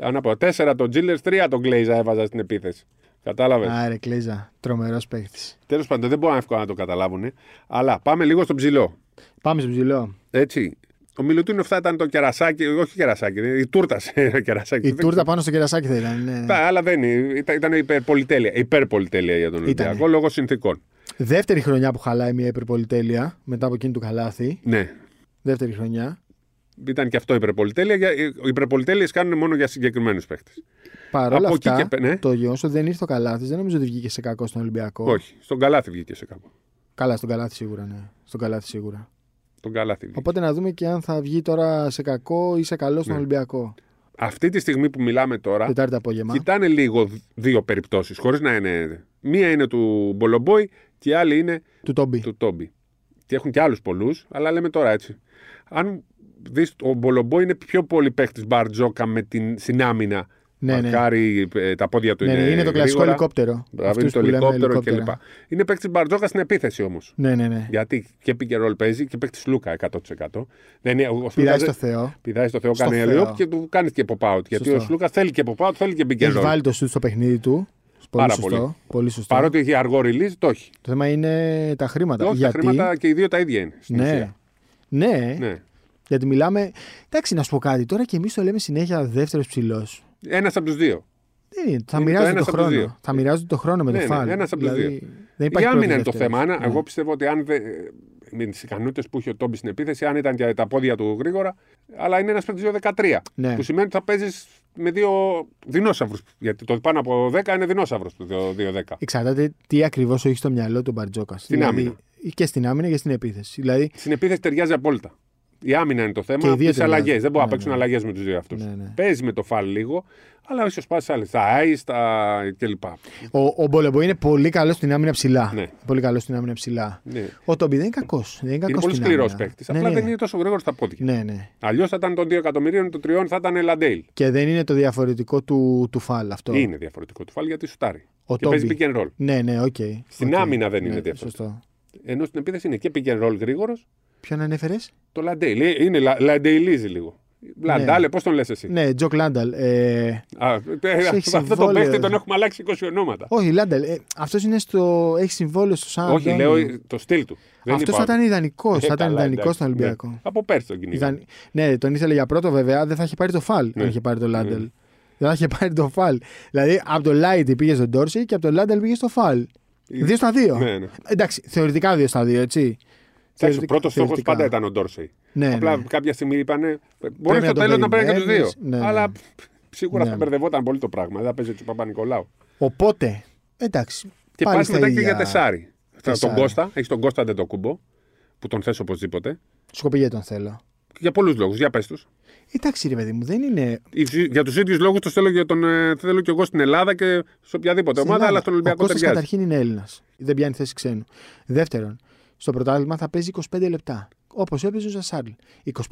Speaker 2: Αν πω 4 τον Τζίλερ, 3 τον Γκλέιζα έβαζα στην επίθεση. Κατάλαβες.
Speaker 1: Άρε, Κλέζα, τρομερός παίχτης.
Speaker 2: Τέλος πάντων, δεν μπορούν εύκολα να το καταλάβουν. Αλλά πάμε λίγο στον ψηλό.
Speaker 1: Πάμε στο ψηλό.
Speaker 2: Έτσι. Ο Μιλουτίνοφ θα ήταν το κερασάκι, όχι κερασάκι, η τούρτα σε *laughs* ένα κερασάκι.
Speaker 1: Η
Speaker 2: Δεν
Speaker 1: τούρτα πάνω στο κερασάκι θα ήταν. ναι.
Speaker 2: ξέρω. Τα άλλα δεν είναι. Ήταν, ήταν υπερπολιτέλεια. Υπερπολιτέλεια για τον
Speaker 1: Ήτανε.
Speaker 2: Ολυμπιακό λόγω συνθήκων.
Speaker 1: Δεύτερη χρονιά που χαλάει μια υπερπολιτέλεια μετά από εκείνη του καλάθι.
Speaker 2: Ναι.
Speaker 1: Δεύτερη χρονιά.
Speaker 2: Ήταν και αυτό υπερπολιτέλεια. για- Οι υπερπολιτέλειες κάνουν μόνο για συγκεκριμένους παίχτε.
Speaker 1: Παρ' όλα
Speaker 2: Από εκεί
Speaker 1: αυτά,
Speaker 2: και πε- ναι.
Speaker 1: το γεγονός ότι δεν ήρθε ο καλάθις δεν νομίζω ότι βγήκε σε κακό στον Ολυμπιακό.
Speaker 2: Όχι. Στον καλάθι βγήκε σε κάπου.
Speaker 1: Καλά, στον καλάθι σίγουρα, ναι. Στον καλάθι σίγουρα.
Speaker 2: Στον καλάθι βγήκε.
Speaker 1: Οπότε να δούμε και αν θα βγει τώρα σε κακό ή σε καλό στον
Speaker 2: Ναι.
Speaker 1: Ολυμπιακό.
Speaker 2: Αυτή τη στιγμή που μιλάμε τώρα,
Speaker 1: Τετάρτη απόγευμα.
Speaker 2: κοιτάνε λίγο δ- δύο περιπτώσεις. Χωρίς να είναι. Μία είναι του Μπολομπόη και η άλλη είναι
Speaker 1: Του Τόμπι.
Speaker 2: του Τόμπι. Και έχουν και άλλους πολλούς, αλλά λέμε τώρα έτσι. Αν δεις, ο Μπολομπόη είναι πιο πολύ παίχτη μπαρτζόκα με την συνάμυνα.
Speaker 1: Ναι, ναι.
Speaker 2: Μακάρι ε, τα πόδια του
Speaker 1: Ναι, ναι,
Speaker 2: είναι.
Speaker 1: είναι το κλασικό
Speaker 2: γρήγορα.
Speaker 1: ελικόπτερο.
Speaker 2: Μπράβο, είναι
Speaker 1: Αυτούς
Speaker 2: το
Speaker 1: που λέμε
Speaker 2: ελικόπτερο
Speaker 1: ελικόπτερα.
Speaker 2: κλπ. Είναι παίκτης Μπαρτζόκας στην επίθεση όμως.
Speaker 1: Ναι, ναι, ναι.
Speaker 2: Γιατί και pick and roll παίζει και παίκτης Λούκα 100%. Δεν είναι, ο- ο Σλούκα
Speaker 1: Πειράζει
Speaker 2: δεν-
Speaker 1: το Θεό.
Speaker 2: πηδάει στο Θεό,
Speaker 1: Στο
Speaker 2: κάνει
Speaker 1: Θεό.
Speaker 2: alley-oop και του κάνεις και pop-out. Γιατί
Speaker 1: Σωστό.
Speaker 2: ο Σλούκα θέλει και pop-out, θέλει και pick and
Speaker 1: Έχει
Speaker 2: roll.
Speaker 1: βάλει το σουτ στο παιχνίδι του. Πολύ
Speaker 2: Πάρα
Speaker 1: σωστό.
Speaker 2: πολύ.
Speaker 1: σωστό.
Speaker 2: Παρότι έχει αργό release, το έχει.
Speaker 1: Το θέμα είναι τα χρήματα.
Speaker 2: Όχι, τα
Speaker 1: Γιατί.
Speaker 2: χρήματα και οι δύο τα ίδια είναι. Στην
Speaker 1: ναι.
Speaker 2: ουσία.
Speaker 1: ναι.
Speaker 2: ναι.
Speaker 1: Γιατί μιλάμε. Εντάξει, να σου πω κάτι. Τώρα και εμείς το λέμε συνέχεια δεύτερος ψηλός.
Speaker 2: Ένας από τους δύο.
Speaker 1: Δεν είναι. Θα
Speaker 2: Είναι το
Speaker 1: μοιράζονται το,
Speaker 2: ένας από τους
Speaker 1: χρόνο.
Speaker 2: δύο.
Speaker 1: Θα μοιράζονται το χρόνο με
Speaker 2: Ναι,
Speaker 1: το
Speaker 2: ναι,
Speaker 1: φάλ. Δηλαδή,
Speaker 2: ένας από τους δύο.
Speaker 1: Δεν
Speaker 2: Η
Speaker 1: υπάρχει πρώτος,
Speaker 2: άμυνα είναι το
Speaker 1: δεύτερος.
Speaker 2: θέμα. Αν-
Speaker 1: Ναι.
Speaker 2: Εγώ πιστεύω ότι αν δεν. Με τις ικανότητες που είχε ο Τόμπι στην επίθεση, αν ήταν και τα πόδια του γρήγορα. Αλλά είναι ένας παίκτη 2-13.
Speaker 1: Ναι.
Speaker 2: Που σημαίνει ότι θα παίζεις με δύο δεινόσαυρους. Γιατί το πάνω από 10 είναι δεινόσαυρος το 2-10.
Speaker 1: Εξαρτάται τι ακριβώς έχει στο μυαλό του Μπαρτζόκας. Δηλαδή,
Speaker 2: Στην άμυνα.
Speaker 1: Και στην άμυνα και στην επίθεση. Δηλαδή.
Speaker 2: Στην επίθεση ταιριάζει απόλυτα. Η άμυνα είναι το
Speaker 1: Και οι
Speaker 2: θέμα.
Speaker 1: δύο
Speaker 2: Τις
Speaker 1: ταιριάζουν.
Speaker 2: αλλαγές. Δεν μπορεί να
Speaker 1: Ναι,
Speaker 2: παίξουν
Speaker 1: ναι.
Speaker 2: αλλαγές με τους δύο αυτούς.
Speaker 1: Ναι, ναι.
Speaker 2: Παίζει με το φαλ λίγο, αλλά ίσως πας άλλες. Τα άι, τα κλπ.
Speaker 1: Ο, ο Μπολεμπο είναι πολύ καλός στην άμυνα ψηλά.
Speaker 2: Ναι.
Speaker 1: Πολύ καλός στην άμυνα ψηλά.
Speaker 2: Ναι.
Speaker 1: Ο Τόμπι δεν είναι κακός. Δεν είναι,
Speaker 2: Είναι
Speaker 1: κακός
Speaker 2: πολύ
Speaker 1: στην
Speaker 2: σκληρός
Speaker 1: άμυνα.
Speaker 2: παίκτης.
Speaker 1: Ναι,
Speaker 2: Απλά
Speaker 1: ναι.
Speaker 2: δεν είναι τόσο γρήγορος στα πόδια.
Speaker 1: Ναι, ναι.
Speaker 2: Αλλιώς θα ήταν των 2 εκατομμυρίων, των 3 θα ήταν Λαντέιλ.
Speaker 1: Και δεν είναι το διαφορετικό του, του φάλ αυτό.
Speaker 2: Είναι διαφορετικό του φάλ γιατί σουτάρει.
Speaker 1: Ο
Speaker 2: και παίζει
Speaker 1: Τόμπι.
Speaker 2: pick and roll.
Speaker 1: Ναι, ναι, οκ.
Speaker 2: Στην
Speaker 1: Οκ.
Speaker 2: άμυνα δεν
Speaker 1: Ναι,
Speaker 2: είναι διαφορετικό.
Speaker 1: Σωστό.
Speaker 2: Ενώ στην επίθεση είναι και pick and roll γρήγορος,
Speaker 1: Ποιον ανέφερες,
Speaker 2: το Λαντέιλ. Ε, Είναι λα- Λαντέιλίζει λίγο. Λαντάλε, πώς τον λες εσύ.
Speaker 1: Ναι, Τζοκ Λάνταλ. Ε,
Speaker 2: Α, ε,
Speaker 1: έχει
Speaker 2: αυτό το
Speaker 1: συμβόλαιο.
Speaker 2: παίχτη τον έχουμε αλλάξει 20 ονόματα.
Speaker 1: όχι, Λάνταλ. Ε, αυτός είναι στο. Έχει συμβόλαιο στο Σαν
Speaker 2: Όχι,
Speaker 1: Αντώνιο.
Speaker 2: λέω το στυλ του. Δεν
Speaker 1: Αυτός
Speaker 2: είπα-
Speaker 1: θα ήταν ιδανικός.
Speaker 2: Ε,
Speaker 1: θα ήταν
Speaker 2: καλά,
Speaker 1: ιδανικός
Speaker 2: εντάξει,
Speaker 1: στον
Speaker 2: ναι.
Speaker 1: Ολυμπιακό.
Speaker 2: Από πέρσι τον κυνήγα.
Speaker 1: Ιδαν... Ναι, τον ήθελε για πρώτο βέβαια. Δεν θα είχε πάρει το φαλ.
Speaker 2: Ναι.
Speaker 1: Δεν είχε
Speaker 2: Ε.
Speaker 1: πάρει το Λάνταλ. Δεν θα είχε πάρει το φαλ. Δηλαδή από το Λάιτι πήγε στον Τόρση και από το Λάνταλ πήγε στο φαλ. Δύο στα δύο.
Speaker 2: Ναι, ναι.
Speaker 1: Εντάξει, θεωρητικά δύο στα δύο, έτσι.
Speaker 2: Εντάξει, ο πρώτο στόχο
Speaker 1: θεωρητικά.
Speaker 2: πάντα ήταν ο Ντόρσεϊ.
Speaker 1: Ναι,
Speaker 2: Απλά
Speaker 1: ναι.
Speaker 2: κάποια στιγμή είπανε. Μπορεί
Speaker 1: να
Speaker 2: στο
Speaker 1: το
Speaker 2: τέλος να παίρνει και του δύο.
Speaker 1: περιμένεις. Ναι, ναι.
Speaker 2: Αλλά π, π, σίγουρα
Speaker 1: Ναι.
Speaker 2: θα μπερδευόταν πολύ το πράγμα. Δεν θα παίζει έτσι ο Παπα-Νικολάου.
Speaker 1: Οπότε, εντάξει.
Speaker 2: Και
Speaker 1: πάλι
Speaker 2: πας
Speaker 1: στα
Speaker 2: μετά και
Speaker 1: ίδια.
Speaker 2: για τεσάρι. Θα τον
Speaker 1: Τεσάρι.
Speaker 2: Κώστα, έχεις τον Κώστα Αντετοκούμπο, που τον θες οπωσδήποτε.
Speaker 1: Σκοπηγέ τον θέλω.
Speaker 2: Για πολλούς λόγους, για πες τους.
Speaker 1: Εντάξει, ρε παιδί μου, δεν είναι.
Speaker 2: Για τους ίδιους λόγους τους θέλω, και τον, ε, θέλω και εγώ στην Ελλάδα και σε οποιαδήποτε ομάδα, αλλά στον
Speaker 1: Ο
Speaker 2: Ολυμπιακό
Speaker 1: Κώστας
Speaker 2: ταιριάζει.
Speaker 1: καταρχήν είναι Έλληνας. Δεν πιάνει θέση ξένου. Δεύτερον, στο πρωτάθλημα θα παίζει 25 λεπτά. Όπως έπαιζε ο Ζασάρλ.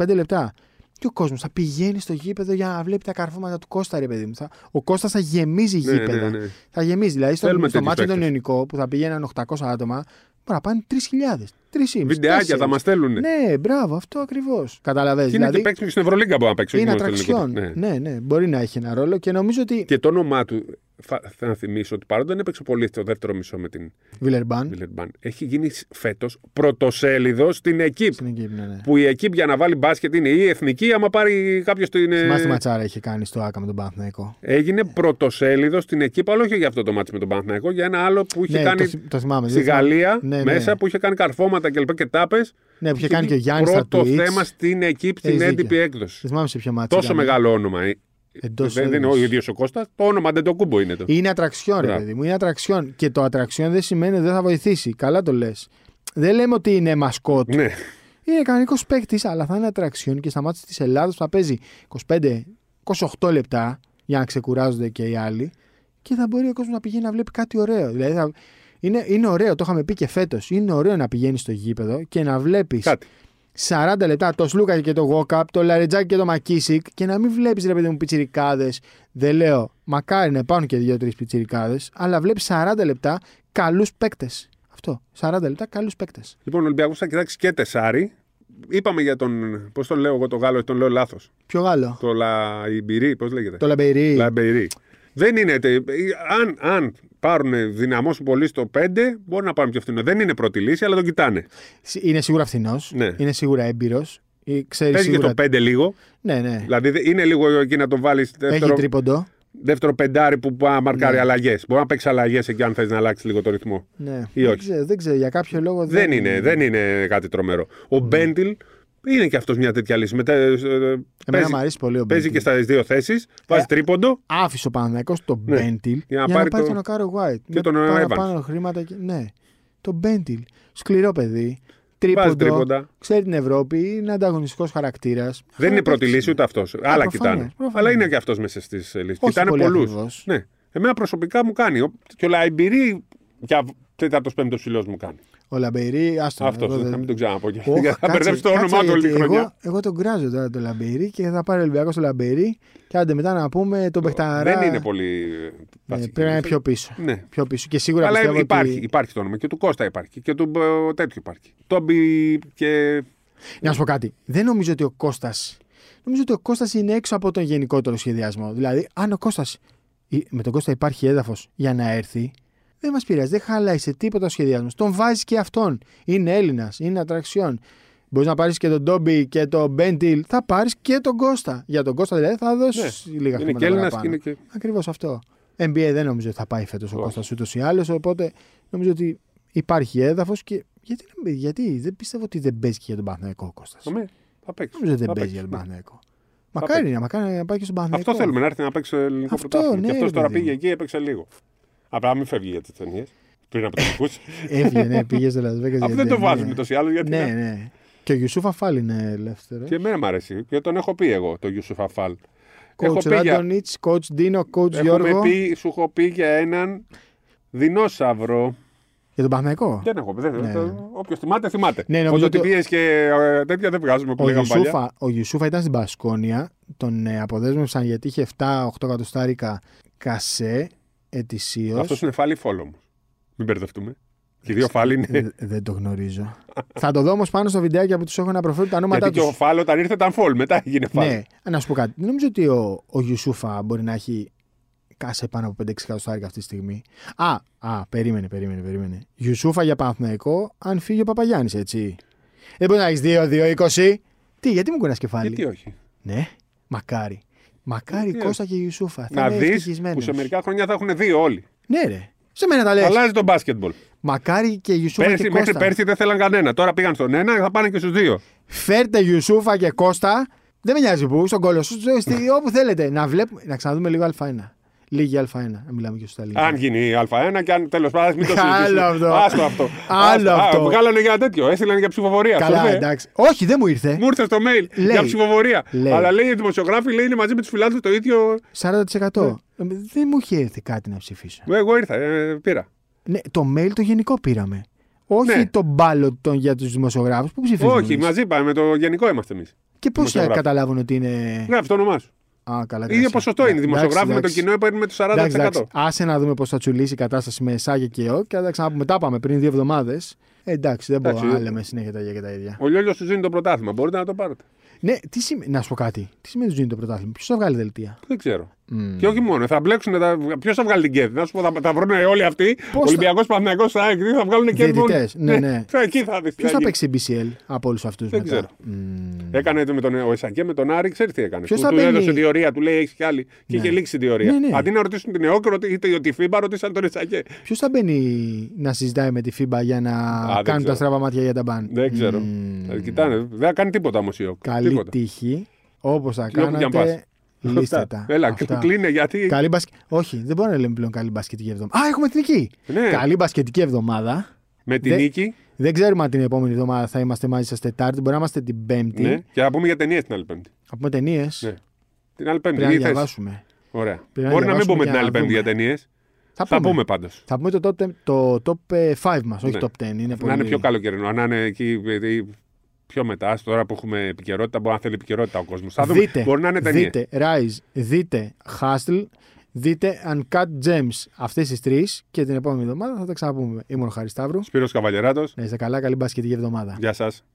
Speaker 1: 25 λεπτά. Και ο κόσμος θα πηγαίνει στο γήπεδο για να βλέπει τα καρφώματα του Κώστα, ρε παιδί μου. Θα- Ο Κώστας θα γεμίζει
Speaker 2: Ναι,
Speaker 1: γήπεδα.
Speaker 2: ναι, ναι.
Speaker 1: Θα γεμίζει. Δηλαδή στο,
Speaker 2: Θέλουμε
Speaker 1: στο
Speaker 2: τέτοιους
Speaker 1: μάτσο τον
Speaker 2: παίκτες.
Speaker 1: Ιωνικό που θα πηγαίναν 800 άτομα, μπορεί να πάνε 3.000. 3.500.
Speaker 2: Βιντεάκια θα μας στέλνουν.
Speaker 1: Ναι, μπράβο, αυτό ακριβώς. Καταλαβαίνεις.
Speaker 2: Και είναι και
Speaker 1: Δηλαδή
Speaker 2: παίξει και στην Ευρωλίγκα μπορεί να παίξει. όχι
Speaker 1: είναι
Speaker 2: μόνο στο ελληνικό.
Speaker 1: ατραξιόν.
Speaker 2: Ναι.
Speaker 1: Ναι. ναι, μπορεί να έχει ένα ρόλο και νομίζω ότι.
Speaker 2: Και το όνομά του, φα- θα να θυμίσω ότι παρότι δεν έπαιξε πολύ στο δεύτερο μισό με την
Speaker 1: Βιλερμπάν.
Speaker 2: Βιλερμπάν, έχει γίνει φέτος πρωτοσέλιδος στην Εκύπ.
Speaker 1: Στην Αιγύπτο, ναι.
Speaker 2: Που η Εκύπ για να βάλει μπάσκετ είναι ή εθνική, άμα πάρει κάποιος την. ε,
Speaker 1: Θυμάστε ματσάρα είχε κάνει στο Άκα με τον Παναθηναϊκό.
Speaker 2: Έγινε πρωτοσέλιδος στην Εκύπ, αλλά όχι για αυτό το μάτι με τον Παναθηναϊκό, για ένα άλλο που είχε
Speaker 1: Ναι,
Speaker 2: κάνει
Speaker 1: το, θυ- το θυμάμαι.
Speaker 2: στη
Speaker 1: δεν θυμάμαι.
Speaker 2: Γαλλία
Speaker 1: Ναι, ναι.
Speaker 2: μέσα, που είχε κάνει καρφώματα και λοιπά και τάπε.
Speaker 1: Ναι, που είχε κάνει και ο Γιάννη στα
Speaker 2: Πρώτο
Speaker 1: Twitch.
Speaker 2: θέμα στην Εκύπ στην
Speaker 1: Έχεις
Speaker 2: έντυπη
Speaker 1: δίκιο.
Speaker 2: έκδοση.
Speaker 1: Δεν θυμάμαι σε ποιο μάτσο.
Speaker 2: Τόσο
Speaker 1: ήταν.
Speaker 2: μεγάλο όνομα. ε.
Speaker 1: Εντός
Speaker 2: δεν, δεν είναι ο
Speaker 1: έδρας.
Speaker 2: ίδιος ο Κώστας. Το όνομα δεν το κούμπο είναι το.
Speaker 1: Είναι ατραξιόν, ρε
Speaker 2: Μπράβο.
Speaker 1: παιδί μου. Είναι ατραξιόν. Και το ατραξιόν δεν σημαίνει ότι δεν θα βοηθήσει. Καλά το λες. Δεν λέμε ότι είναι μασκότ.
Speaker 2: Ναι.
Speaker 1: Είναι κανονικό παίκτης, αλλά θα είναι ατραξιόν και στα μάτια της Ελλάδα θα παίζει 25-28 λεπτά για να ξεκουράζονται και οι άλλοι και θα μπορεί ο κόσμος να πηγαίνει να βλέπει κάτι ωραίο. Δηλαδή θα... είναι, είναι ωραίο, το είχαμε πει και φέτος. Είναι ωραίο να πηγαίνεις στο γήπεδο και να βλέπεις
Speaker 2: Κάτι.
Speaker 1: 40 λεπτά το Σλούκας και το Γόκαπ, το Λαριτζάκι και το Μακίσικ και να μην βλέπεις ρε παιδί μου πιτσιρικάδες. Δεν λέω, μακάρι να υπάρχουν και δύο-τρει πιτσιρικάδες, αλλά βλέπεις 40 λεπτά καλούς παίκτες. Αυτό. 40 λεπτά καλούς παίκτες.
Speaker 2: Λοιπόν, ο Ολυμπιακός θα κοιτάξεις και τεσάρι. Είπαμε για τον. Πώς τον λέω εγώ το Γάλλο, τον λέω λάθος.
Speaker 1: Πιο Γάλλο.
Speaker 2: Το Λαϊμπηρί, πώς λέγεται.
Speaker 1: Το Λαμπερί.
Speaker 2: Λαϊμπηρί. Δεν είναι. τε- Αν, αν πάρουν δυναμώσουν πολύ στο 5, μπορεί να πάρουν πιο φθηνό. Δεν είναι πρώτη λύση, αλλά τον
Speaker 1: Ε,
Speaker 2: κοιτάνε.
Speaker 1: Σι- Είναι σίγουρα φθηνός.
Speaker 2: Ναι.
Speaker 1: Είναι σίγουρα έμπειρος. Ξέρεις
Speaker 2: Παίζει και
Speaker 1: σίγουρα.
Speaker 2: το 5 λίγο.
Speaker 1: Ναι, ναι.
Speaker 2: Δηλαδή δε- είναι λίγο εκεί να τον βάλεις
Speaker 1: Έχει Ναι.
Speaker 2: δεύτερο.
Speaker 1: τρίποντο.
Speaker 2: δεύτερο πεντάρι που μπορεί να μαρκάρει αλλαγές. Μπορεί να παίξει αλλαγές εκεί αν θες να αλλάξεις λίγο το ρυθμό.
Speaker 1: Ναι.
Speaker 2: Ή
Speaker 1: δεν,
Speaker 2: όχι.
Speaker 1: ξέρω, δεν ξέρω, για κάποιο λόγο
Speaker 2: Δεν είναι, δεν είναι κάτι τρομερό. Ο Μπέντιλ είναι και αυτός μια τέτοια λύση. Μετά, ε, ε,
Speaker 1: Ναι. Εμένα
Speaker 2: παίζει,
Speaker 1: μου αρέσει πολύ ο
Speaker 2: παίζει και
Speaker 1: Μπέντιλ. Ε.
Speaker 2: στα δύο θέσεις, βάζει τρίποντο.
Speaker 1: Άφησε ο Παναθηναϊκός τον
Speaker 2: Ναι.
Speaker 1: Μπέντιλ
Speaker 2: Για να
Speaker 1: για να
Speaker 2: πάρει
Speaker 1: πάρει
Speaker 2: το-
Speaker 1: τον Κάρο White.
Speaker 2: και τον ε,
Speaker 1: παραπάνω χρήματα. Και... Ναι, τον Μπέντιλ. Σκληρό παιδί. Τρίποντο.
Speaker 2: τρίποντα.
Speaker 1: Ξέρει την Ευρώπη. Είναι ανταγωνιστικός χαρακτήρας.
Speaker 2: Δεν είναι η πρώτη λύση ούτε αυτός. Άλλα
Speaker 1: προφανώς,
Speaker 2: κοιτάνε.
Speaker 1: προφανώς.
Speaker 2: Αλλά είναι και αυτός μέσα στις λύσεις.
Speaker 1: Όχι
Speaker 2: Κοιτάνε
Speaker 1: πολύ
Speaker 2: πολλούς.
Speaker 1: ακριβώς.
Speaker 2: Ναι. Εμένα προσωπικά μου κάνει. Και όλα εμπειρή για τέταρτος πέμπτος ψηλός μου κάνει.
Speaker 1: Ο Λαμπερί, άστο.
Speaker 2: Αυτός.
Speaker 1: εγώ δεν-
Speaker 2: Να μην τον ξαναπώ. και-
Speaker 1: Ωχ,
Speaker 2: γιατί Θα
Speaker 1: κάτσε,
Speaker 2: μπερδέψει το
Speaker 1: κάτσε,
Speaker 2: όνομά του όλη τη
Speaker 1: γιατί Εγώ,
Speaker 2: χρονιά.
Speaker 1: εγώ τον κράζω τώρα τον Λαμπερί και θα πάρει ο Ολυμπιακό τον Λαμπερί. Και άντε μετά να πούμε τον Πεχταρά.
Speaker 2: Δεν είναι πολύ.
Speaker 1: Ναι,
Speaker 2: βασική.
Speaker 1: πρέπει να είναι πιο πίσω.
Speaker 2: Ναι.
Speaker 1: Πιο πίσω. Και σίγουρα
Speaker 2: Αλλά
Speaker 1: πιστεύω
Speaker 2: υπάρχει,
Speaker 1: ότι.
Speaker 2: υπάρχει το όνομα. Και του Κώστα υπάρχει. Και του ε, τέτοιου υπάρχει. Τόμπι και.
Speaker 1: Να σου πω κάτι. Δεν νομίζω ότι ο Κώστας. Νομίζω ότι ο Κώστας είναι έξω από τον γενικότερο σχεδιασμό. Δηλαδή, αν ο Κώστας. Με τον Κώστα υπάρχει έδαφος για να έρθει, δεν μας πειράζει. Δεν χαλάει σε τίποτα ο σχεδιασμός. Τον βάζει και αυτόν. Είναι Έλληνας, είναι ατραξιόν. Μπορείς να πάρεις και τον Ντόμπι και τον Μπέντιλ. Θα πάρεις και τον Κώστα. Για τον Κώστα δηλαδή θα δώσεις λίγα
Speaker 2: Ναι. είναι
Speaker 1: χρήματα.
Speaker 2: και Έλληνας
Speaker 1: παραπάνω.
Speaker 2: και είναι και.
Speaker 1: Ακριβώς αυτό. NBA δεν νομίζω ότι θα πάει φέτος ο
Speaker 2: Όχι.
Speaker 1: Κώστας ούτως ή άλλως. Οπότε νομίζω ότι υπάρχει έδαφος και. Γιατί, να μπει- γιατί δεν πιστεύω ότι δεν παίζει και για τον Παναθηναϊκό ο Κώστας.
Speaker 2: Αμέ, Θα παίξει.
Speaker 1: Νομίζω ότι
Speaker 2: Θα
Speaker 1: δεν παίζει
Speaker 2: παίξει,
Speaker 1: για τον
Speaker 2: ναι.
Speaker 1: Παναθηναϊκό. Μακάρι να, μακάρι να πάει και στον Παναθηναϊκό.
Speaker 2: Αυτό θέλουμε, να έρθει να παίξει στο ελληνικό
Speaker 1: Αυτό,
Speaker 2: πρωτάθλημα.
Speaker 1: ναι,
Speaker 2: και αυτός
Speaker 1: ρε
Speaker 2: τώρα
Speaker 1: παιδί
Speaker 2: πήγε
Speaker 1: μου.
Speaker 2: εκεί, έπαιξε λίγο. Απλά μην φεύγει για τις ταινίες. Πριν από το
Speaker 1: *laughs*
Speaker 2: ακούς.
Speaker 1: Έφυγε, ναι, πήγες στο Las Vegas. για
Speaker 2: Αυτό δεν το
Speaker 1: ταινία.
Speaker 2: βάζουμε τόσο ή άλλο γιατί.
Speaker 1: Ναι, ναι. Και ο Γιουσούφ Αφάλ είναι ελεύθερος.
Speaker 2: Και εμένα μου αρέσει. Και τον έχω πει εγώ, τον Γιούσουφ Αφάλ. Έχω
Speaker 1: Coach
Speaker 2: πει, για...
Speaker 1: Ράντονιτ, coach Ντίνο, coach
Speaker 2: Έχουμε
Speaker 1: Γιώργο.
Speaker 2: πει, σου έχω πει για έναν δεινόσαυρο.
Speaker 1: Για τον Παναθηναϊκό.
Speaker 2: Δεν έχω πει. Δεν...
Speaker 1: Ναι.
Speaker 2: το- Όποιος θυμάται, θυμάται.
Speaker 1: Ναι, νομίζω ότι
Speaker 2: Ότι
Speaker 1: ο-
Speaker 2: πιέζει και ε, τέτοια δεν βγάζουμε που
Speaker 1: Ο
Speaker 2: λέγαμε παλιά.
Speaker 1: Γιουσούφα, ο Γιουσούφα ήταν στην Μπασκόνια. Τον ε, αποδέσμευσαν γιατί είχε 7-8 εκατοστάρικα κασέ ετησίως.
Speaker 2: Αυτός είναι φάλι φόλο μου. Μην μπερδευτούμε. Και οι δύο φάλι είναι.
Speaker 1: Ε, Δεν το γνωρίζω. Θα το δω όμως πάνω στο βιντεάκι που τους έχω να προφέρω τα ονόματά
Speaker 2: Γιατί και
Speaker 1: του.
Speaker 2: ο φάλο όταν ήρθε ήταν φόλ, μετά έγινε φάλ.
Speaker 1: Ναι, να σου πω κάτι. Δεν νομίζω ότι ο, ο Γιουσούφα μπορεί να έχει κάσε πάνω από 5-6 εκατοστάρικα αυτή τη στιγμή. Α, α, περίμενε, περίμενε, περίμενε. Γιουσούφα για Παναθηναϊκό, αν φύγει ο Παπαγιάννης, έτσι. Δεν μπορεί να έχεις 2-2-20. Τι, γιατί μου κουνάς κεφάλι.
Speaker 2: Γιατί όχι.
Speaker 1: Ναι, μακάρι. Μακάρι
Speaker 2: Γιατί
Speaker 1: Κώστα και Γιουσούφα. Θα
Speaker 2: Ναι. Να
Speaker 1: είναι
Speaker 2: δεις που
Speaker 1: ευτυχισμένος.
Speaker 2: σε μερικά χρόνια θα έχουν δύο όλοι.
Speaker 1: Ναι, ρε. Σε μένα τα λες.
Speaker 2: Αλλάζει το μπάσκετμπολ.
Speaker 1: Μακάρι και Γιουσούφα
Speaker 2: Πέρσι,
Speaker 1: και
Speaker 2: μέχρι
Speaker 1: Κώστα.
Speaker 2: πέρσι δεν θέλαν κανένα. Τώρα πήγαν στον ένα, θα πάνε και στους δύο.
Speaker 1: Φέρτε Γιουσούφα και Κώστα. Δεν με νοιάζει που, στον κόλο σου, στο-
Speaker 2: Ναι.
Speaker 1: στη- όπου θέλετε. Να, βλέπουμε, να ξαναδούμε λίγο Α1. Λίγη Α1, να μιλάμε και στα λίγα.
Speaker 2: Αν γίνει Α1 και αν τέλος πάντων μην το
Speaker 1: Ναι. *laughs* Άλλο
Speaker 2: συζητήσουμε.
Speaker 1: αυτό.
Speaker 2: Άστο αυτό.
Speaker 1: Άλλο
Speaker 2: Άστο. Α,
Speaker 1: αυτό.
Speaker 2: βγάλανε για τέτοιο. Έστειλαν για ψηφοφορία.
Speaker 1: Καλά,
Speaker 2: Σωστέ.
Speaker 1: εντάξει. Όχι, δεν μου ήρθε.
Speaker 2: Μου ήρθε στο mail
Speaker 1: Λέει.
Speaker 2: για ψηφοφορία.
Speaker 1: Λέει.
Speaker 2: Αλλά λέει οι δημοσιογράφοι λέει είναι μαζί με τους φιλάθλους το ίδιο.
Speaker 1: 40%. Ε,
Speaker 2: Ναι.
Speaker 1: Δεν μου είχε έρθει κάτι να ψηφίσω.
Speaker 2: Εγώ ήρθα, ε, πήρα.
Speaker 1: Ναι, το mail το γενικό πήραμε. Όχι
Speaker 2: Ναι.
Speaker 1: το μπάλο των για τους δημοσιογράφους που ψηφίζουν.
Speaker 2: Όχι,
Speaker 1: εμείς.
Speaker 2: μαζί πάμε, με το γενικό είμαστε εμείς.
Speaker 1: Και πώς θα
Speaker 2: δημοσιογράφοι.
Speaker 1: καταλάβουν ότι είναι.
Speaker 2: Γράφει το όνομά σου.
Speaker 1: Α, καλά.
Speaker 2: ίδιο
Speaker 1: κράτησα.
Speaker 2: ποσοστό είναι.
Speaker 1: Εντάξει,
Speaker 2: Δημοσιογράφοι με το
Speaker 1: εντάξει.
Speaker 2: κοινό παίρνουμε τους 40%.
Speaker 1: Εντάξει, εντάξει. Άσε να δούμε πώς θα τσουλήσει η κατάσταση με Σάγια και ΕΟ και θα τα ξαναπούμε. Τα πάμε πριν δύο εβδομάδες. εντάξει, δεν μπορώ
Speaker 2: Εντάξει.
Speaker 1: να λέμε συνέχεια τα ίδια και τα ίδια.
Speaker 2: Ο Λιόλιος σου δίνει το πρωτάθλημα. Μπορείτε να το πάρετε.
Speaker 1: Ναι, τι σημαίνει. Να σου πω κάτι. Τι σημαίνει ότι γίνεται το πρωτάθλημα. Ποιος θα βγάλει δελτία.
Speaker 2: Δεν ξέρω. Και όχι μόνο, θα μπλέξουν. Τα... Ποιος θα βγάλει την κέρδη, να σου πω, θα, θα βρουν όλοι αυτοί.
Speaker 1: θα-
Speaker 2: Ολυμπιακός θα... Παναγιακό ΑΕΚ, θα βγάλουν κέρδη. μόνο.
Speaker 1: Διαιτητές, ναι, ναι.
Speaker 2: Ε, θα- εκεί θα δεις.
Speaker 1: Ποιος θα παίξει BCL από όλους αυτούς μετά.
Speaker 2: Δεν ξέρω.
Speaker 1: Μμμ.
Speaker 2: Έκανε το με τον ο Εσακέ, με τον Άρη, ξέρεις τι έκανε.
Speaker 1: Ποιος
Speaker 2: Του-
Speaker 1: θα
Speaker 2: του
Speaker 1: μπαίνει?
Speaker 2: έδωσε τη διορία, του λέει έχεις κι άλλη. Και είχε λήξει τη διορία.
Speaker 1: Ναι, ναι.
Speaker 2: Αντί να ρωτήσουν την ΕΟΚ, ρωτήσαν τη ΦΥΜΠΑ, ρωτήσαν τον Εσακέ.
Speaker 1: Ποιος θα μπαίνει να συζητάει με τη FIBA για να
Speaker 2: δεν
Speaker 1: κάνουν
Speaker 2: ξέρω.
Speaker 1: τα στραβά μάτια για τα μπαν.
Speaker 2: Δεν ξέρω. Ε, Κοιτάνε, δεν θα κάνει τίποτα όμως η ΕΟΚ.
Speaker 1: Καλή
Speaker 2: τίποτα.
Speaker 1: τύχη. Όπως θα
Speaker 2: Και όπου και αν
Speaker 1: κάνατε. Λύστε τα.
Speaker 2: Αυτά. Έλα,
Speaker 1: Αυτά.
Speaker 2: κλείνε γιατί.
Speaker 1: *laughs* Καλή μπασκε... Όχι, δεν μπορούμε να λέμε πλέον καλή μπασκετική εβδομάδα. Α, έχουμε εθνική.
Speaker 2: Ναι.
Speaker 1: Καλή μπασκετική εβδομάδα.
Speaker 2: Με τη
Speaker 1: Δε-
Speaker 2: νίκη.
Speaker 1: Δεν ξέρουμε αν την επόμενη εβδομάδα θα είμαστε μαζί σας Τετάρτη. Μπορεί να είμαστε την Πέμπτη.
Speaker 2: Ναι. Και να πούμε για ταινίες την άλλη Πέμπτη.
Speaker 1: Θα πούμε ταινίες.
Speaker 2: Ναι. Την άλλη Πέμπτη.
Speaker 1: Πρέπει να
Speaker 2: τι θες?
Speaker 1: διαβάσουμε.
Speaker 2: Ωραία.
Speaker 1: να
Speaker 2: Μπορεί να μην
Speaker 1: διαβάσουμε
Speaker 2: πούμε
Speaker 1: και
Speaker 2: την άλλη
Speaker 1: να
Speaker 2: Πέμπτη
Speaker 1: δούμε.
Speaker 2: για ταινίες.
Speaker 1: Θα,
Speaker 2: Θα
Speaker 1: πούμε.
Speaker 2: πούμε πάντως.
Speaker 1: Θα πούμε το top, το top 5 μας, όχι
Speaker 2: Ναι.
Speaker 1: top 10. Είναι πολύ...
Speaker 2: Να είναι πιο καλοκαιρινό. Να είναι εκεί ε, πιο μετά. ας, Τώρα που έχουμε επικαιρότητα, μπορεί να θέλει επικαιρότητα ο κόσμος. Θα δούμε.
Speaker 1: Δείτε,
Speaker 2: Μπορεί να είναι ταινίε.
Speaker 1: δείτε Rise, δείτε Hustle, δείτε Uncut Gems. Αυτές τις τρεις και την επόμενη εβδομάδα θα τα ξαναπούμε. Ήμουν ο Χαρισταύρου.
Speaker 2: Σπύρος Καβαλιεράτος.
Speaker 1: Να είστε καλά, καλή μπασκετική εβδομάδα.
Speaker 2: Γεια σας.